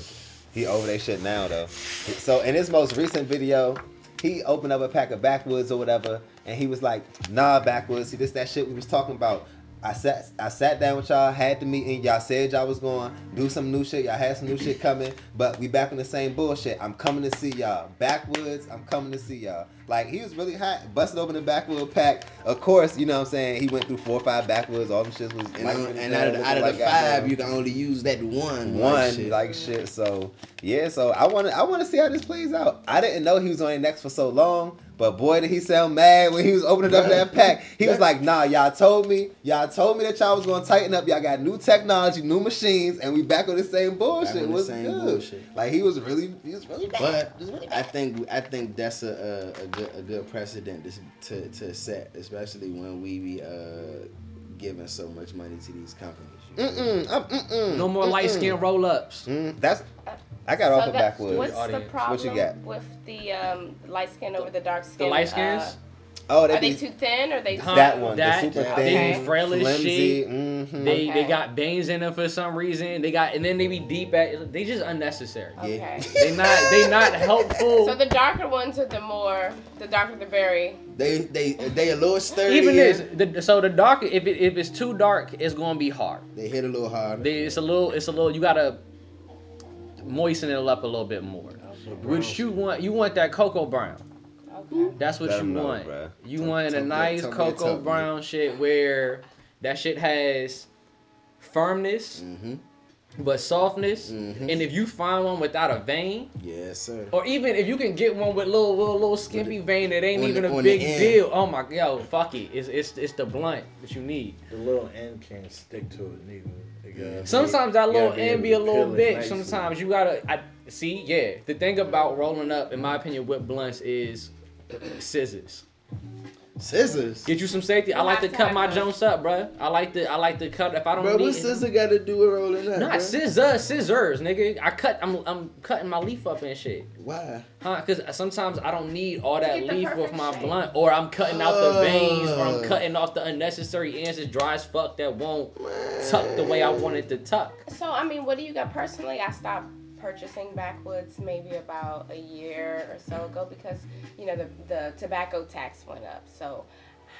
Speaker 1: He over that shit now though. So in his most recent video, he opened up a pack of backwoods or whatever, and he was like, "Nah, backwoods. See, this that shit we was talking about. I sat I sat down with y'all, had the meeting. Y'all said y'all was going to do some new shit. Y'all had some new shit coming, but we back on the same bullshit. I'm coming to see y'all. Backwoods, I'm coming to see y'all. Like he was really hot, busted open the backwood pack. Of course, you know what I'm saying. He went through four or five backwoods. All them shits was
Speaker 2: And,
Speaker 1: like,
Speaker 2: on- and out of, the- out of the
Speaker 1: like,
Speaker 2: five,
Speaker 1: goddamn
Speaker 2: you can only use that one. like
Speaker 1: one
Speaker 2: shit.
Speaker 1: like shit. So yeah, so I want to I want to see how this plays out. I didn't know he was on next for so long, but boy did he sound mad when he was opening up that pack. He was like, "Nah, y'all told me, y'all told me that y'all was gonna tighten up. Y'all got new technology, new machines, and we back on the same bullshit.
Speaker 2: Back on the
Speaker 1: What's
Speaker 2: same
Speaker 1: good?"
Speaker 2: bullshit.
Speaker 1: Like he was really, he was really mad.
Speaker 2: But I think I think that's a a, a good a good precedent to, to to set, especially when we be uh giving so much money to these companies. you know?
Speaker 1: Mm-mm, I'm- mm-mm,
Speaker 5: No more light
Speaker 1: mm-mm.
Speaker 5: skin roll ups.
Speaker 1: Mm, that's I got off
Speaker 7: So
Speaker 1: of
Speaker 7: that-
Speaker 1: backwoods.
Speaker 7: What's
Speaker 4: Audience.
Speaker 7: the
Speaker 4: What
Speaker 7: problem
Speaker 1: you got?
Speaker 7: with the um, light skin over the dark skin?
Speaker 5: The light
Speaker 7: Uh,
Speaker 5: skins,
Speaker 1: oh,
Speaker 7: are
Speaker 1: that
Speaker 7: they
Speaker 1: be
Speaker 7: too thin? Or are they too
Speaker 5: Huh?
Speaker 1: that one,
Speaker 5: That-
Speaker 1: the super
Speaker 7: that
Speaker 1: thin,
Speaker 7: they
Speaker 5: frail as
Speaker 1: flimsy.
Speaker 5: shit.
Speaker 1: mhm.
Speaker 5: they they
Speaker 7: Okay.
Speaker 5: got bangs in them for some reason. They got and then they be deep at. They just unnecessary.
Speaker 7: Okay.
Speaker 5: They not they not helpful.
Speaker 7: so the darker ones are the more, the darker the berry.
Speaker 2: They they they a little sturdy.
Speaker 5: Even
Speaker 2: yeah.
Speaker 5: this, the, so the dark. If it, if it's too dark, it's gonna be hard.
Speaker 2: They hit a little harder.
Speaker 5: They, it's a little. It's a little. You gotta moisten it up a little bit more. Which you want? You want that cocoa brown.
Speaker 7: Okay.
Speaker 5: That's what
Speaker 1: Let 'em
Speaker 5: you
Speaker 1: know,
Speaker 5: want.
Speaker 1: bruh.
Speaker 5: You want a
Speaker 2: tell me-
Speaker 5: nice
Speaker 2: tell me- tell
Speaker 5: cocoa
Speaker 2: me.
Speaker 5: brown shit where that shit has firmness
Speaker 2: Mm-hmm.
Speaker 5: but softness.
Speaker 2: Mhm.
Speaker 5: And if you find one without a vein,
Speaker 2: Yes, sir.
Speaker 5: or even if you can get one with little little, little skimpy vein that ain't
Speaker 2: on
Speaker 5: even
Speaker 2: the-
Speaker 5: a
Speaker 2: on
Speaker 5: big
Speaker 2: the end.
Speaker 5: deal. Oh my god, fuck it. It's it's it's the blunt that you need.
Speaker 6: The little end can't stick to it, neither. It gotta be-
Speaker 5: Sometimes that
Speaker 6: you
Speaker 5: little
Speaker 6: gotta be
Speaker 5: end
Speaker 6: able
Speaker 5: be a
Speaker 6: to
Speaker 5: little
Speaker 6: peel it
Speaker 5: bitch.
Speaker 6: nicely.
Speaker 5: Sometimes you gotta. I see. Yeah, the thing about rolling up, in my opinion, with blunts is scissors.
Speaker 2: Scissors.
Speaker 5: Get you some safety. I like to cut my joints up, bruh. I like to. I like to cut if I don't
Speaker 2: Bro,
Speaker 5: need.
Speaker 2: what scissor got to do with rolling up?
Speaker 5: Not
Speaker 2: bro?
Speaker 5: scissors, scissors, nigga. I cut. I'm I'm cutting my leaf up and shit.
Speaker 2: Why?
Speaker 5: Huh? Cause sometimes I don't need all
Speaker 7: To
Speaker 5: that
Speaker 7: get the
Speaker 5: leaf with
Speaker 7: perfect
Speaker 5: my
Speaker 7: shape.
Speaker 5: blunt, or I'm cutting out the veins, or I'm
Speaker 2: Oh.
Speaker 5: cutting off the unnecessary ends that's dry as fuck that won't tuck the way I want it to tuck.
Speaker 7: So I mean, what do you got personally? I stopped purchasing backwoods maybe about a year or so ago because you know the the tobacco tax went up. So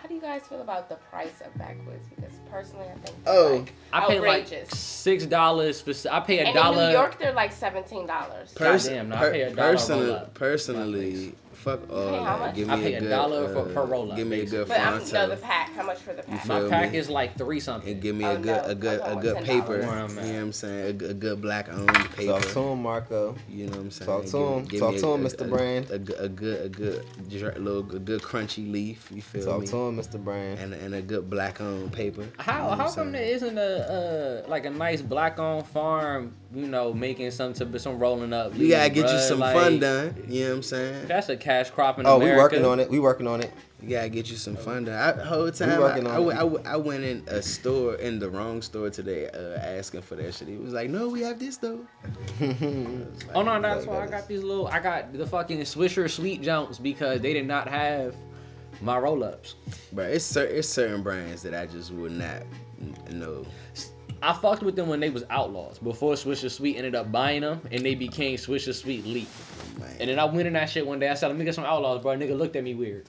Speaker 7: how do you guys feel about the price of backwoods? Because personally, I think they're,
Speaker 2: Oh,
Speaker 7: like,
Speaker 5: I pay like
Speaker 7: outrageous.
Speaker 5: six dollars for. I pay a
Speaker 7: and
Speaker 5: dollar.
Speaker 7: in New York, they're like seventeen dollars.
Speaker 2: Pers-
Speaker 5: Goddamn, nah, I
Speaker 2: per-
Speaker 5: pay a dollar a
Speaker 2: personal-
Speaker 5: roll up.
Speaker 2: personally, fuck all
Speaker 7: how
Speaker 2: that.
Speaker 7: much?
Speaker 2: Give me
Speaker 5: I pay a
Speaker 2: good,
Speaker 5: dollar for-
Speaker 2: uh,
Speaker 5: per roll up,
Speaker 2: Give me a good
Speaker 7: But I'm no the
Speaker 2: Fanta
Speaker 7: pack. How much for the pack?
Speaker 2: feel
Speaker 5: My
Speaker 2: me?
Speaker 5: pack is like three something.
Speaker 2: and give me
Speaker 7: Oh,
Speaker 2: a good,
Speaker 7: no,
Speaker 2: a good,
Speaker 7: I
Speaker 2: a
Speaker 7: want
Speaker 2: good
Speaker 7: $10.
Speaker 2: paper. You
Speaker 5: Where
Speaker 2: know
Speaker 5: I'm
Speaker 2: what
Speaker 5: at.
Speaker 2: I'm saying? A, a good black owned paper.
Speaker 1: Talk to him, Marco.
Speaker 2: You know what I'm saying?
Speaker 1: Talk to him.
Speaker 2: Give
Speaker 1: Talk
Speaker 2: me
Speaker 1: to him, Mr. Brand.
Speaker 2: A, good- a good, a good, dr- little, a good crunchy leaf. You feel
Speaker 1: Talk
Speaker 2: me?
Speaker 1: to him, Mr. Brand.
Speaker 2: And and a good black owned paper.
Speaker 5: How how come there isn't a uh, like a nice black owned farm? You know, making some to some rolling up.
Speaker 2: We gotta
Speaker 5: leaves,
Speaker 2: get you
Speaker 5: bruh,
Speaker 2: some
Speaker 5: like,
Speaker 2: fun done. You know what I'm saying?
Speaker 5: That's a cash crop in
Speaker 1: Oh,
Speaker 5: America.
Speaker 1: we working on it. We working on it.
Speaker 2: You gotta get you some fun done. I, the whole time I,
Speaker 1: working on
Speaker 2: I went-
Speaker 1: it.
Speaker 2: I went- I went in a store in the wrong store today, uh, asking for that shit. He was like, "No, we have this though."
Speaker 5: Oh no, that's why I got these little. I got the fucking Swisher Sweet Jumps because they did not have my roll ups.
Speaker 2: Bro, it's cer- it's certain brands that I just would not n- know.
Speaker 5: I fucked with them when they was outlaws. Before Swisher Sweet ended up buying them, and they became Swisher Sweet Leap.
Speaker 2: Man.
Speaker 5: And then I went in that shit one day. I said, "Let me get some outlaws, bro." Nigga looked at me weird.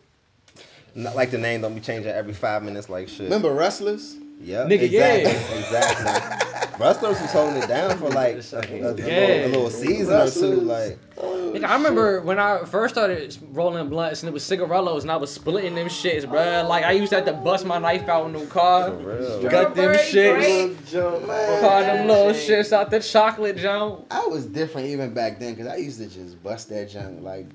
Speaker 1: Not like the name don't be changing every five minutes like shit.
Speaker 2: Remember wrestlers?
Speaker 1: Yep,
Speaker 5: Nigga,
Speaker 1: exactly,
Speaker 5: yeah.
Speaker 1: exactly. Rustlers was holding it down for like a, a- a
Speaker 5: Yeah.
Speaker 1: little, a little season or two.
Speaker 2: Rustlers.
Speaker 1: Like,
Speaker 5: Nigga,
Speaker 1: Oh,
Speaker 5: I remember when I first started rolling blunts and it was cigarillos and I was splitting them shits, bruh. Like I used to have to bust my knife out in the car,
Speaker 1: for real.
Speaker 5: gut them shits,
Speaker 7: Great.
Speaker 5: car them little shits out the chocolate joint.
Speaker 2: I was different even back then because I used to just bust that junk like.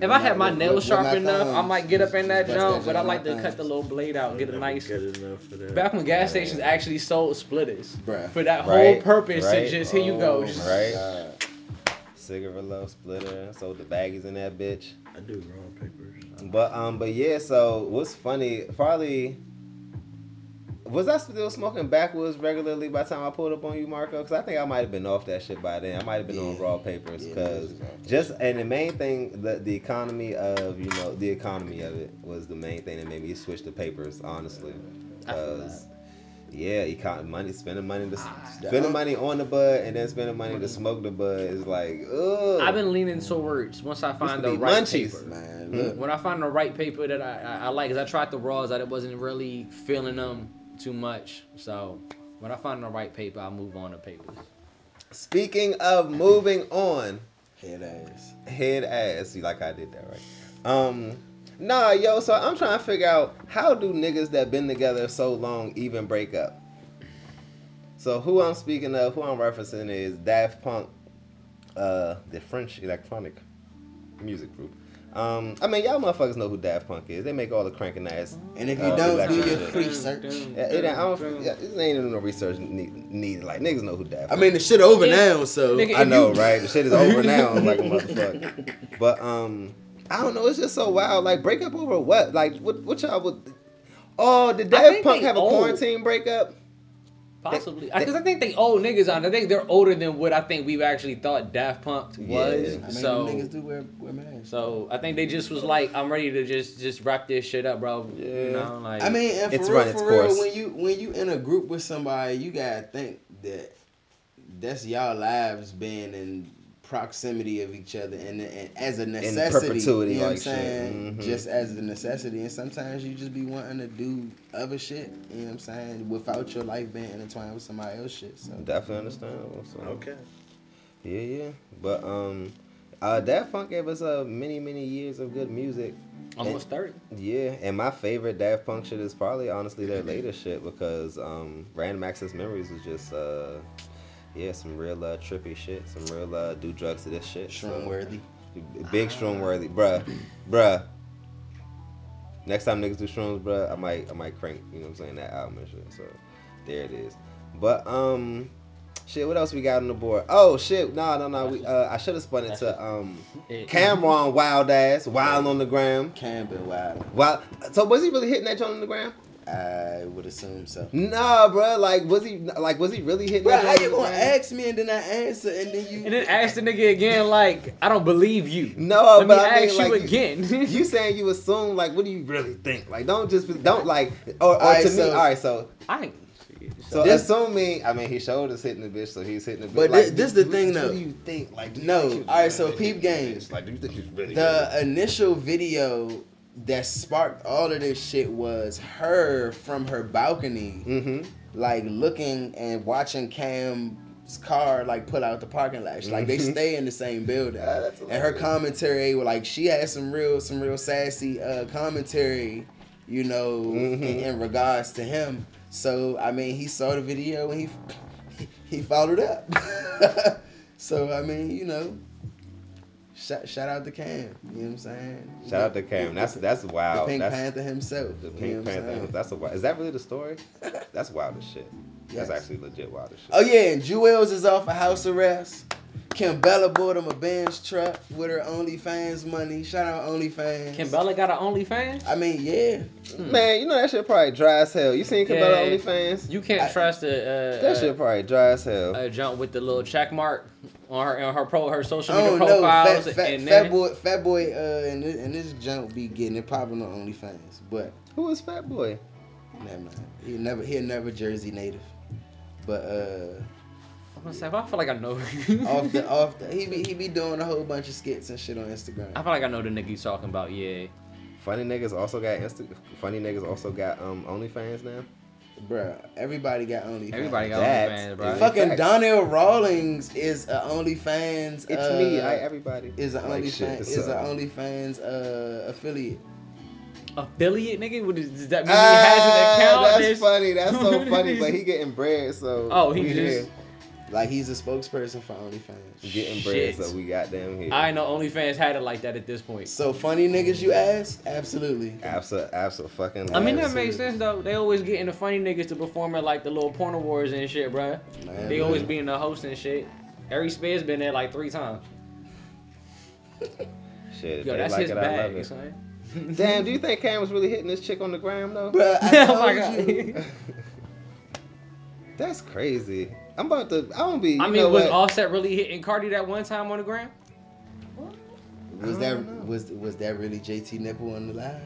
Speaker 5: If I had my
Speaker 2: With-
Speaker 5: nail
Speaker 2: with- with my
Speaker 5: sharp enough, I
Speaker 2: thumbs.
Speaker 5: might get up in that
Speaker 2: Bust that
Speaker 5: joint, but
Speaker 2: joint
Speaker 5: I
Speaker 2: with
Speaker 5: like
Speaker 2: my
Speaker 5: to cut
Speaker 2: thumbs.
Speaker 5: the little blade out, get a
Speaker 6: Never
Speaker 5: nice.
Speaker 6: Good enough for that.
Speaker 5: Back when gas stations actually sold splitters
Speaker 2: Bruh.
Speaker 5: for that whole
Speaker 1: Right,
Speaker 5: purpose,
Speaker 1: right.
Speaker 5: and just here you go.
Speaker 2: Oh my
Speaker 1: Right.
Speaker 2: God.
Speaker 1: Cigarillo splitter, sold the baggies in that bitch.
Speaker 6: I do wrong papers.
Speaker 1: But um, but yeah. So what's funny? Probably was I still smoking backwoods regularly by the time I pulled up on you, Marco? Because I think I might have been off that shit by then. I might have been on
Speaker 2: Yeah.
Speaker 1: raw papers.
Speaker 2: Yeah,
Speaker 1: Because
Speaker 2: that was raw.
Speaker 1: just and the main thing, the the economy of you know the economy of it was the main thing that made me switch to papers. Honestly, because. Yeah, econ- money, spending money to
Speaker 2: Ah,
Speaker 1: spending money on the bud, and then spending money to smoke the bud is like, ugh.
Speaker 5: I've been leaning towards once I find
Speaker 1: to
Speaker 5: the
Speaker 1: be
Speaker 5: right
Speaker 1: munchies.
Speaker 5: paper.
Speaker 2: Man,
Speaker 6: Like, look,
Speaker 5: When I find the right paper that I, I, I like, cause I tried the raws, I wasn't really feeling them too much. So when I find the right paper, I move on to papers.
Speaker 1: Speaking of moving on,
Speaker 6: head ass.
Speaker 1: head ass. See, like I did that right. Um, nah, yo. So I'm trying to figure out how do niggas that been together so long even break up. So who I'm speaking of, who I'm referencing is Daft Punk, uh, the French electronic music group. Um, I mean, y'all motherfuckers know who Daft Punk is. They make all the cranking ass.
Speaker 6: And if you
Speaker 2: Oh,
Speaker 1: Uh,
Speaker 6: don't
Speaker 1: electric
Speaker 6: do your
Speaker 1: shit.
Speaker 6: research,
Speaker 1: Yeah, it, uh, um, ain't- I don't, yeah, it ain't even no research need, needed. Like niggas know who Daft. Punk
Speaker 2: I mean, the shit over now, so
Speaker 5: Nigga,
Speaker 1: I
Speaker 5: if
Speaker 1: know,
Speaker 5: you-
Speaker 1: right? The shit is over now. I'm like a motherfucker. But um, I don't know. It's just so wild. Like breakup over what? Like what? What y'all would? Oh, did
Speaker 5: I
Speaker 1: Daft
Speaker 5: think
Speaker 1: Punk
Speaker 5: they
Speaker 1: have a
Speaker 5: old.
Speaker 1: quarantine breakup?
Speaker 5: Possibly, because I think they old niggas on. I think they're older than what I think we've actually thought Daft Punk was.
Speaker 1: Yeah. I
Speaker 6: I mean,
Speaker 5: so,
Speaker 6: niggas do wear, wear masks.
Speaker 5: so I think they just was like, I'm ready to just just wrap this shit up, bro.
Speaker 1: Yeah.
Speaker 5: You know, like
Speaker 2: I mean, and for
Speaker 1: It's
Speaker 2: real,
Speaker 1: run its
Speaker 2: for real,
Speaker 1: course.
Speaker 2: when you when you in a group with somebody, you gotta think that that's y'all lives being in proximity of each other and, and as a necessity.
Speaker 1: perpetuity,
Speaker 2: you know
Speaker 1: like
Speaker 2: what I'm
Speaker 1: shit.
Speaker 2: saying?
Speaker 1: Mhm.
Speaker 2: Just as a necessity. And sometimes you just be wanting to do other shit, you know what I'm saying, without your life being intertwined with somebody else's shit. So
Speaker 1: Definitely understandable. So. Yeah, yeah. But um, uh, Daft Punk gave us uh, many, many years of good music.
Speaker 5: almost thirty.
Speaker 1: Yeah, and my favorite Daft Punk shit is probably honestly their later shit because um, Random Access Memories was just uh, yeah, some real uh, trippy shit, some real uh, do drugs to this shit. so-
Speaker 2: Shroom worthy.
Speaker 1: Big shroom worthy, bruh, bruh. Next time niggas do shrooms, bruh, I might I might crank, you know what I'm saying, that album and shit. So there it is. But um shit, what else we got on the board? Oh shit, no, no, no. We uh I should have spun it to um
Speaker 5: It-
Speaker 1: Cameron Wild Ass, Wild on the Gram.
Speaker 2: Campbell wild.
Speaker 1: Wild so was he really hitting that joint on the gram?
Speaker 2: I would assume so.
Speaker 1: Nah, bruh, like was he like was he really hitting
Speaker 2: Bro,
Speaker 1: that
Speaker 2: how
Speaker 1: joint
Speaker 2: you
Speaker 1: on the
Speaker 2: gonna
Speaker 1: gram?
Speaker 2: ask me and then I answer and then you
Speaker 5: And then ask the nigga again, like, I don't believe you.
Speaker 1: No,
Speaker 5: Let
Speaker 1: but
Speaker 5: me
Speaker 1: I mean,
Speaker 5: ask you
Speaker 1: like,
Speaker 5: again.
Speaker 1: you saying you assume like what do you really think like don't just don't like or, or
Speaker 2: Alright,
Speaker 1: to me
Speaker 2: so-
Speaker 1: all right so
Speaker 5: I ain't shit,
Speaker 1: so
Speaker 5: so,
Speaker 2: This-
Speaker 1: assuming I mean his shoulder's hitting the bitch so he's hitting the bitch
Speaker 2: But
Speaker 1: like,
Speaker 2: thi- this the
Speaker 1: what-
Speaker 2: thing,
Speaker 1: what
Speaker 2: though.
Speaker 1: do you think like do you
Speaker 2: No.
Speaker 1: think she was
Speaker 2: Alright, so
Speaker 1: really hitting
Speaker 2: peep game.
Speaker 1: bitch? like do you think she's really
Speaker 2: The initial video that sparked all of this shit was her from her balcony,
Speaker 1: mm-hmm
Speaker 2: like looking and watching Cam's car like pull out the parking lot. Like they
Speaker 1: Mhm.
Speaker 2: stay in the same building.
Speaker 1: Ah, that's
Speaker 2: and her
Speaker 1: hilarious.
Speaker 2: commentary were like she had some real some real sassy uh commentary, you know,
Speaker 1: Mhm.
Speaker 2: in, in regards to him. So I mean he saw the video and he he followed up. so I mean, you know, shout, shout out to Cam. You know what I'm saying?
Speaker 1: shout out to Cam that's that's
Speaker 2: the
Speaker 1: wild
Speaker 2: Pink
Speaker 1: that's
Speaker 2: Panther himself.
Speaker 1: the Pink
Speaker 2: you know what I'm
Speaker 1: Panther
Speaker 2: saying?
Speaker 1: that's a wild is that really the story that's wild as shit
Speaker 2: Yes.
Speaker 1: that's actually legit wild as shit
Speaker 2: Oh yeah, and Jewels is off of house arrest. Kim Bella bought him a Benz truck with her OnlyFans money. Shout out OnlyFans.
Speaker 5: Can Bella got an OnlyFans?
Speaker 2: I mean, yeah.
Speaker 1: man you know that shit probably dry as hell you seen Cabela
Speaker 5: Yeah.
Speaker 1: OnlyFans
Speaker 5: You can't
Speaker 2: I-
Speaker 5: trust a, uh,
Speaker 1: that shit probably dry as hell
Speaker 5: a jump with the little check mark on her on her pro her social media
Speaker 2: Oh no, fat,
Speaker 5: profiles
Speaker 2: fat,
Speaker 5: and
Speaker 2: fat
Speaker 5: then
Speaker 2: boy, fat boy, uh, and this, and this junk be getting it popping on OnlyFans, but
Speaker 1: who is Fat Boy
Speaker 2: never mind. He never, he a never Jersey native, but uh.
Speaker 5: I'm gonna say, I feel like I know her.
Speaker 1: Oh.
Speaker 2: off the off the he be he be doing a whole bunch of skits and shit on
Speaker 5: I
Speaker 2: Instagram.
Speaker 5: feel like I know the nigga you talking about. Yeah,
Speaker 1: Funny niggas also got Insta. Funny niggas also got um OnlyFans now.
Speaker 2: Bruh, everybody got OnlyFans.
Speaker 5: everybody got
Speaker 1: That
Speaker 5: OnlyFans,
Speaker 1: is-
Speaker 5: bro.
Speaker 1: Fuck
Speaker 2: Fucking
Speaker 1: Facts.
Speaker 2: Donnell Rawlings is a
Speaker 1: It's
Speaker 2: OnlyFans. uh,
Speaker 1: me. I everybody
Speaker 2: is a
Speaker 1: Like,
Speaker 2: OnlyFans
Speaker 1: shit,
Speaker 2: is a
Speaker 1: so-
Speaker 2: OnlyFans uh, affiliate.
Speaker 5: Affiliate nigga, what is, does that mean?
Speaker 1: Ah,
Speaker 5: he has an account.
Speaker 1: that's
Speaker 5: There's-
Speaker 1: funny. That's so funny. But he getting bread, so
Speaker 5: Oh, he
Speaker 1: we
Speaker 5: just-
Speaker 2: Like he's a spokesperson for OnlyFans.
Speaker 1: here getting
Speaker 5: Shit.
Speaker 1: bread, so we got them here.
Speaker 5: I know OnlyFans had it like that at this point.
Speaker 2: So funny niggas, you ask? Absolutely.
Speaker 1: Absolute, absolute fucking.
Speaker 5: I mean
Speaker 1: love
Speaker 5: that makes
Speaker 1: to-
Speaker 5: sense though. They always getting the funny niggas to perform at like the little porn awards and shit, bruh.
Speaker 2: Man,
Speaker 5: They
Speaker 2: man.
Speaker 5: always being the host and shit. Harry Spears been there like three times.
Speaker 1: Shit, if
Speaker 5: Yo,
Speaker 1: they
Speaker 5: that's
Speaker 1: like
Speaker 5: his
Speaker 1: it, I love
Speaker 5: bag,
Speaker 1: it.
Speaker 5: son.
Speaker 1: Damn, do you think Cam was really hitting this chick on the gram though?
Speaker 2: Bruh, I
Speaker 5: Oh my
Speaker 2: told you.
Speaker 5: God.
Speaker 1: That's crazy. I'm about to. I won't be. You
Speaker 5: I
Speaker 1: know
Speaker 5: mean, was
Speaker 1: what?
Speaker 5: Offset really hitting Cardi that one time on the gram?
Speaker 2: Was
Speaker 1: I
Speaker 2: that
Speaker 1: don't know.
Speaker 2: was was that really JT Nipple on the live?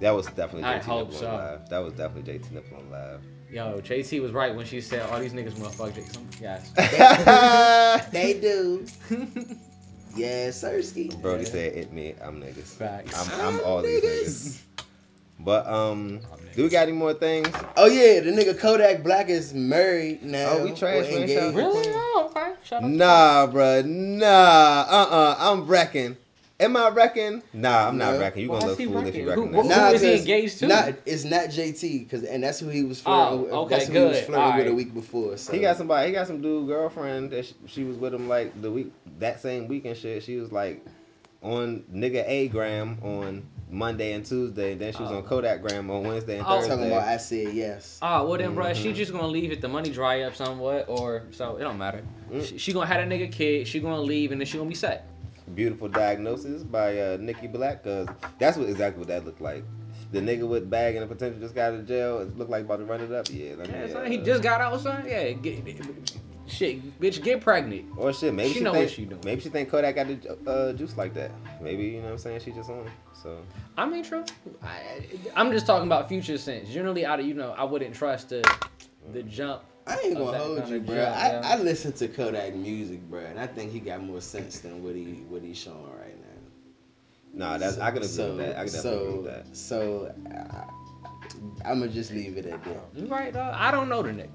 Speaker 1: that was definitely
Speaker 5: I
Speaker 1: JT
Speaker 5: hope
Speaker 1: Nipple
Speaker 5: so.
Speaker 1: on live. That was definitely JT Nipple on live.
Speaker 5: Yo, JT was right when she said all these niggas want to fuck Jason. Yes.
Speaker 2: They do. Yeah, Sersky.
Speaker 1: Brody said, "It me, I'm niggas.
Speaker 5: Facts.
Speaker 1: I'm, I'm all these niggas." But um, do we got any more things?
Speaker 2: Oh yeah, the nigga Kodak Black is married now.
Speaker 1: Oh, we trash,
Speaker 2: or
Speaker 1: man.
Speaker 2: engaged.
Speaker 1: Shout out.
Speaker 5: Really? Oh, okay. Shut up.
Speaker 1: Nah, bruh, nah. Uh, uh-uh, uh, i am wrecking. Am I wrecking? Nah, I'm not
Speaker 2: No.
Speaker 1: wrecking. You
Speaker 5: Why
Speaker 1: gonna
Speaker 5: is
Speaker 1: look
Speaker 5: he
Speaker 1: fool if
Speaker 5: wrecking?
Speaker 1: you
Speaker 5: Who-
Speaker 1: recognize. me.
Speaker 5: who- who- is he
Speaker 2: because
Speaker 5: engaged to?
Speaker 2: Not, it's not JT, because and that's who he was
Speaker 5: Oh,
Speaker 2: flirting. with
Speaker 5: okay,
Speaker 2: that's Who he was
Speaker 5: good.
Speaker 2: flirting with a
Speaker 5: Alright.
Speaker 2: week before. So.
Speaker 1: He got somebody. He got some dude girlfriend that she, she was with him like the week that same week and shit. She was like on nigga A gram on Monday and Tuesday, and then she was on Kodak gram on Wednesday and
Speaker 5: Oh.
Speaker 1: Thursday.
Speaker 2: talking about. I said yes.
Speaker 5: Ah, well then, bruh,
Speaker 2: Mm-hmm.
Speaker 5: she just gonna leave it the money dry up somewhat, or so it don't matter.
Speaker 2: Mm.
Speaker 5: She, she gonna have that nigga kid. She gonna leave, and then she gonna be set.
Speaker 1: Beautiful diagnosis by uh, Nikki Black, cause that's what exactly what that looked like. The nigga with bag and the potential just got out of jail. It looked like about to run it up. Yeah, let me,
Speaker 5: Yeah, son,
Speaker 1: uh,
Speaker 5: he just got out, son. Yeah, get, shit, bitch, get pregnant.
Speaker 1: Or shit, maybe
Speaker 5: She
Speaker 1: she,
Speaker 5: know
Speaker 1: think,
Speaker 5: what she doing.
Speaker 1: Maybe she think Kodak got the ju- uh, juice like that. Maybe you know what I'm saying. She just on it. So
Speaker 5: I mean, true. I, I'm just talking about future sense. Generally, out of you know, I wouldn't trust the the jump.
Speaker 2: I ain't gonna
Speaker 5: Kodak
Speaker 2: hold
Speaker 5: done
Speaker 2: you,
Speaker 5: his
Speaker 2: bro.
Speaker 5: job,
Speaker 2: I,
Speaker 5: yeah.
Speaker 2: I listen to Kodak music, bro, and I think he got more sense than what he what he's showing right now.
Speaker 1: nah, Ah, that's I can agree
Speaker 2: so,
Speaker 1: with that. I can definitely
Speaker 2: so,
Speaker 1: agree with that.
Speaker 2: So, I'm gonna just leave it at that.
Speaker 5: You right, dog? I don't know the nigga.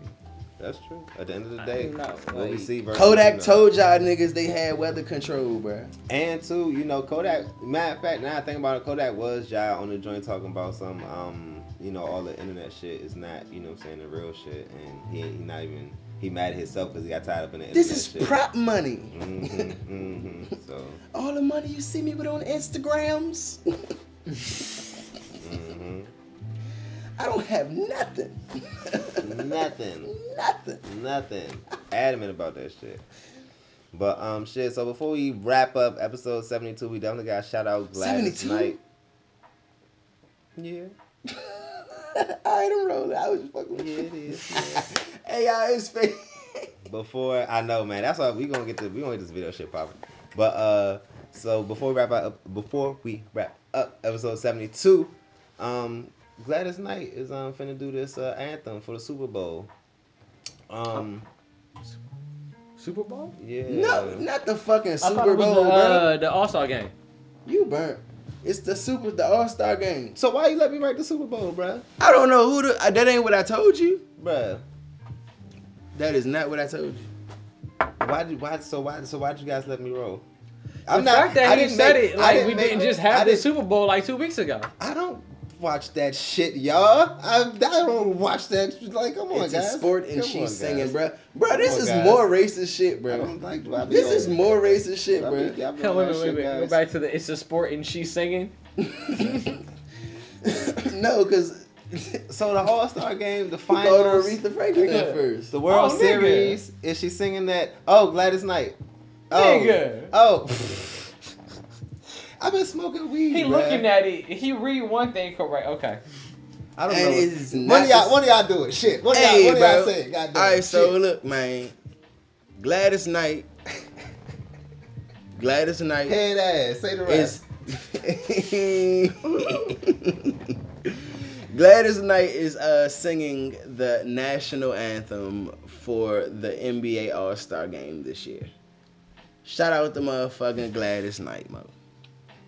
Speaker 1: That's true. At the end of the
Speaker 5: I
Speaker 1: day,
Speaker 5: do not
Speaker 1: what we
Speaker 5: like-
Speaker 1: see versus
Speaker 2: Kodak
Speaker 1: you know.
Speaker 2: told y'all niggas they had weather control, bro.
Speaker 1: And two, you know, Kodak. Matter of fact, now I think about it, Kodak was jive on the joint talking about some, um, you know, all the internet shit is not, you know, what I'm saying the real shit, and he ain't he not even he mad at himself because he got tied up in the
Speaker 2: This
Speaker 1: internet
Speaker 2: is
Speaker 1: shit.
Speaker 2: prop money.
Speaker 1: Mm-hmm, hmm So,
Speaker 2: All the money you see me with on Instagrams.
Speaker 1: hmm
Speaker 2: I don't have nothing.
Speaker 1: nothing.
Speaker 2: nothing.
Speaker 1: Nothing. Adamant about that shit. But um shit, so before we wrap up episode seventy two, we definitely got shout out Gladys
Speaker 2: 72?
Speaker 1: Knight. Yeah,
Speaker 2: I ain't rolling. I was fucking with
Speaker 1: yeah
Speaker 2: you.
Speaker 1: it is. yeah.
Speaker 2: Hey, y'all, it's fake.
Speaker 1: before I know man, that's why we gonna get the we gonna get this video shit popping. But uh so before we wrap up before we wrap up episode seventy two, um Gladys Knight is um finna do this uh, anthem for the Super Bowl. Um
Speaker 5: Super Bowl?
Speaker 1: yeah
Speaker 2: No, not the fucking
Speaker 5: I thought
Speaker 2: Super
Speaker 5: it was
Speaker 2: Bowl,
Speaker 5: the,
Speaker 2: bro.
Speaker 5: uh, the All Star game.
Speaker 2: You burnt. It's the Super, the All Star game.
Speaker 1: So why you let me write the Super Bowl, bruh?
Speaker 2: I don't know who the. uh, That ain't what I told you.
Speaker 1: Bruh.
Speaker 2: That is not what I told you.
Speaker 1: Why did why so why so why'd you guys let me roll?
Speaker 5: The fact that he said
Speaker 1: make-
Speaker 5: it,
Speaker 1: I
Speaker 5: like we
Speaker 1: make-
Speaker 5: didn't just
Speaker 1: I
Speaker 5: have the
Speaker 1: didn't-
Speaker 5: Super Bowl like two weeks ago.
Speaker 1: I don't watch that shit, y'all. I, I don't watch that. shit. Like, come on,
Speaker 2: it's
Speaker 1: guys.
Speaker 2: a sport and
Speaker 1: Come on,
Speaker 2: she's
Speaker 1: guys.
Speaker 2: singing, bro. Bro, this
Speaker 1: on,
Speaker 2: is
Speaker 1: guys.
Speaker 2: more racist shit,
Speaker 1: I
Speaker 2: bro.
Speaker 1: don't like. do I be
Speaker 2: This
Speaker 1: on
Speaker 2: is
Speaker 1: that?
Speaker 2: more racist shit,
Speaker 1: I be-
Speaker 2: bro.
Speaker 1: I be
Speaker 5: Wait,
Speaker 1: on that
Speaker 5: wait, wait, wait.
Speaker 1: shit,
Speaker 5: Go
Speaker 1: guys.
Speaker 5: back to the it's a sport and she's singing.
Speaker 2: no, cause
Speaker 1: So the All Star game, the
Speaker 2: you go to
Speaker 1: finals,
Speaker 2: Aretha Franklin first.
Speaker 1: the World
Speaker 5: Oh, nigga.
Speaker 1: Series. Is she singing that? Oh, Gladys Knight. Oh,
Speaker 5: Nigga.
Speaker 1: oh. I've been smoking weed.
Speaker 5: He
Speaker 1: bruh.
Speaker 5: looking at it. He read one thing correct. Okay.
Speaker 1: I don't
Speaker 2: And
Speaker 1: know.
Speaker 2: it's
Speaker 1: One of
Speaker 2: not
Speaker 1: y'all,
Speaker 2: the-
Speaker 1: one of y'all do it. Shit. One of y'all,
Speaker 2: Hey,
Speaker 1: one of y'all
Speaker 2: bro.
Speaker 1: say it. Goddamn.
Speaker 2: All right, so
Speaker 1: Shit.
Speaker 2: look, man. Gladys Knight. Gladys Knight
Speaker 1: head ass. Say the
Speaker 2: is.
Speaker 1: rest.
Speaker 2: Gladys Knight is uh, singing the national anthem for the NBA All Star Game this year. Shout out to motherfucking Gladys Knight, mo.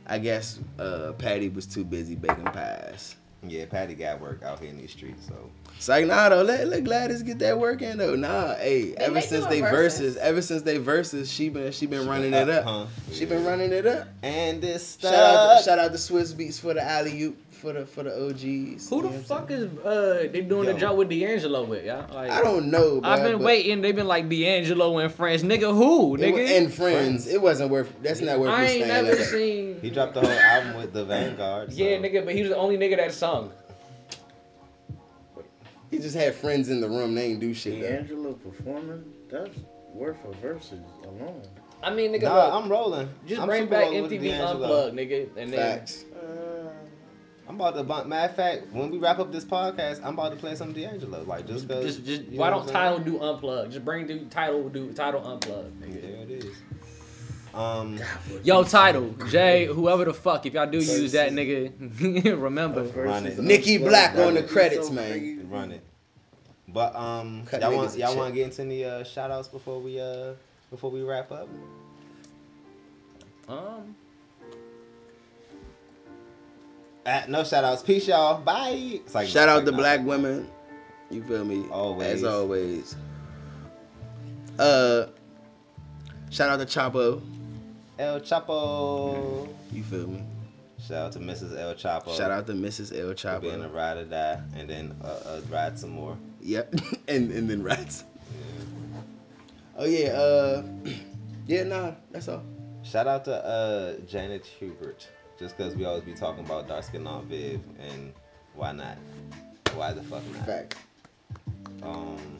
Speaker 2: I guess uh, Patty was too busy baking pies.
Speaker 1: Yeah, Patty got work out here in these streets, so.
Speaker 2: It's like nah though, let, let Gladys get that work in though. Nah, hey, ever
Speaker 7: they
Speaker 2: since they
Speaker 7: doing
Speaker 2: verses.
Speaker 7: verses.
Speaker 2: ever since they verses, she been she been running
Speaker 1: been
Speaker 2: it up.
Speaker 1: up, huh?
Speaker 2: She been running it up.
Speaker 1: Uh-huh. And this stuff.
Speaker 2: Shout out, to, shout out to Swiss Beats for the alley oop for the for the OGs.
Speaker 5: Who
Speaker 2: You know
Speaker 5: the
Speaker 2: what I'm
Speaker 5: fuck is uh they doing
Speaker 1: Yo.
Speaker 5: the job with D'Angelo with? Yeah. Like,
Speaker 2: saying? I don't know.
Speaker 5: I've
Speaker 2: bruh,
Speaker 5: been
Speaker 2: but
Speaker 5: waiting. They've been like D'Angelo and friends. Nigga, who?
Speaker 2: it wa-
Speaker 5: Nigga.
Speaker 2: and friends, it wasn't worth. That's not worth.
Speaker 5: I
Speaker 2: me
Speaker 5: ain't
Speaker 2: staying
Speaker 5: never
Speaker 2: up.
Speaker 5: seen.
Speaker 1: He dropped the whole album with the Vanguard. So.
Speaker 5: Yeah, nigga, but he was the only nigga that sung.
Speaker 2: He just had friends in the room. They ain't do shit. though.
Speaker 6: D'Angelo performing, that's worth a verses alone.
Speaker 5: I mean, nigga, look,
Speaker 1: Nah, I'm rolling.
Speaker 5: just
Speaker 1: I'm
Speaker 5: bring
Speaker 1: Super
Speaker 5: back
Speaker 1: Bowl with
Speaker 5: MTV
Speaker 1: D'Angelo.
Speaker 5: Unplugged, nigga, and then
Speaker 2: Facts.
Speaker 1: I'm about to. bu- Matter of fact, when we wrap up this podcast, I'm about to play some D'Angelo. Like just cause.
Speaker 5: just, just
Speaker 1: you
Speaker 5: why
Speaker 1: know
Speaker 5: don't
Speaker 1: what I'm
Speaker 5: title do unplugged? Just bring the title do title unplugged.
Speaker 1: saying? There it is. Um,
Speaker 5: Yo, title Jay, whoever the fuck, if y'all do use that nigga, remember.
Speaker 1: Versus
Speaker 2: Nikki
Speaker 1: unplugged.
Speaker 2: Black on the
Speaker 1: It's
Speaker 2: credits, man.
Speaker 1: run it. But um,
Speaker 2: Cut
Speaker 1: y'all
Speaker 2: niggas
Speaker 1: want
Speaker 2: and
Speaker 1: y'all
Speaker 2: shit.
Speaker 1: want to get into any uh, shout outs before we uh before we wrap up?
Speaker 5: Um,
Speaker 1: Uh, no shout outs. Peace, y'all. Bye. It's like-
Speaker 2: Shout out
Speaker 1: like,
Speaker 2: to
Speaker 1: nah.
Speaker 2: black women. You feel me?
Speaker 1: Always.
Speaker 2: As always. Uh shout out to Chapo.
Speaker 1: El Chapo.
Speaker 2: You feel me?
Speaker 1: Shout out to Mrs. El Chapo.
Speaker 2: Shout out to Mrs. L
Speaker 1: for being a
Speaker 2: Chapo.
Speaker 1: ride or die, and then uh, uh, ride some more.
Speaker 2: Yep. and and then rats. Oh yeah, uh yeah, nah, that's all.
Speaker 1: Shout out to uh, Janet Hubert, just because we always be talking about dark skin on Viv, and why not? Why the fuck not?
Speaker 2: Fact.
Speaker 1: Um.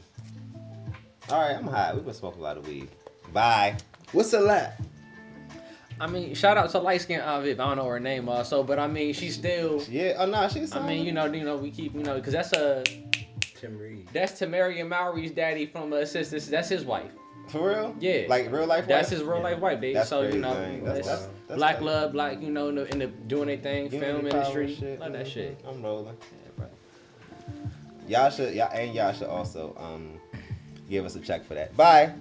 Speaker 1: All right, I'm high. We've been smoking a lot of weed. Bye.
Speaker 2: What's a lot?
Speaker 5: I mean, shout out to light skin Aviv. I don't know her name also, but I mean, she's still.
Speaker 1: Yeah. Oh no, she's.
Speaker 5: I mean, you know, you know, we keep, you know, because that's a
Speaker 6: Tim Reed.
Speaker 5: that's Tamaria Maury's daddy from uh, Sisters. That's his wife.
Speaker 1: for real.
Speaker 5: Yeah.
Speaker 1: Like real life.
Speaker 5: That's
Speaker 1: wife?
Speaker 5: his real life wife, baby.
Speaker 1: That's
Speaker 5: So
Speaker 1: crazy,
Speaker 5: you know,
Speaker 1: man. That's-
Speaker 5: that's-
Speaker 1: that's
Speaker 5: black
Speaker 1: crazy.
Speaker 5: love, black you know, in the, in the doing their thing, film
Speaker 1: Community power
Speaker 5: industry,
Speaker 1: shit,
Speaker 5: like that
Speaker 1: mhm.
Speaker 5: shit.
Speaker 1: I'm rolling. Y'all should. Y'all and y'all should also um give us a check for that. Bye.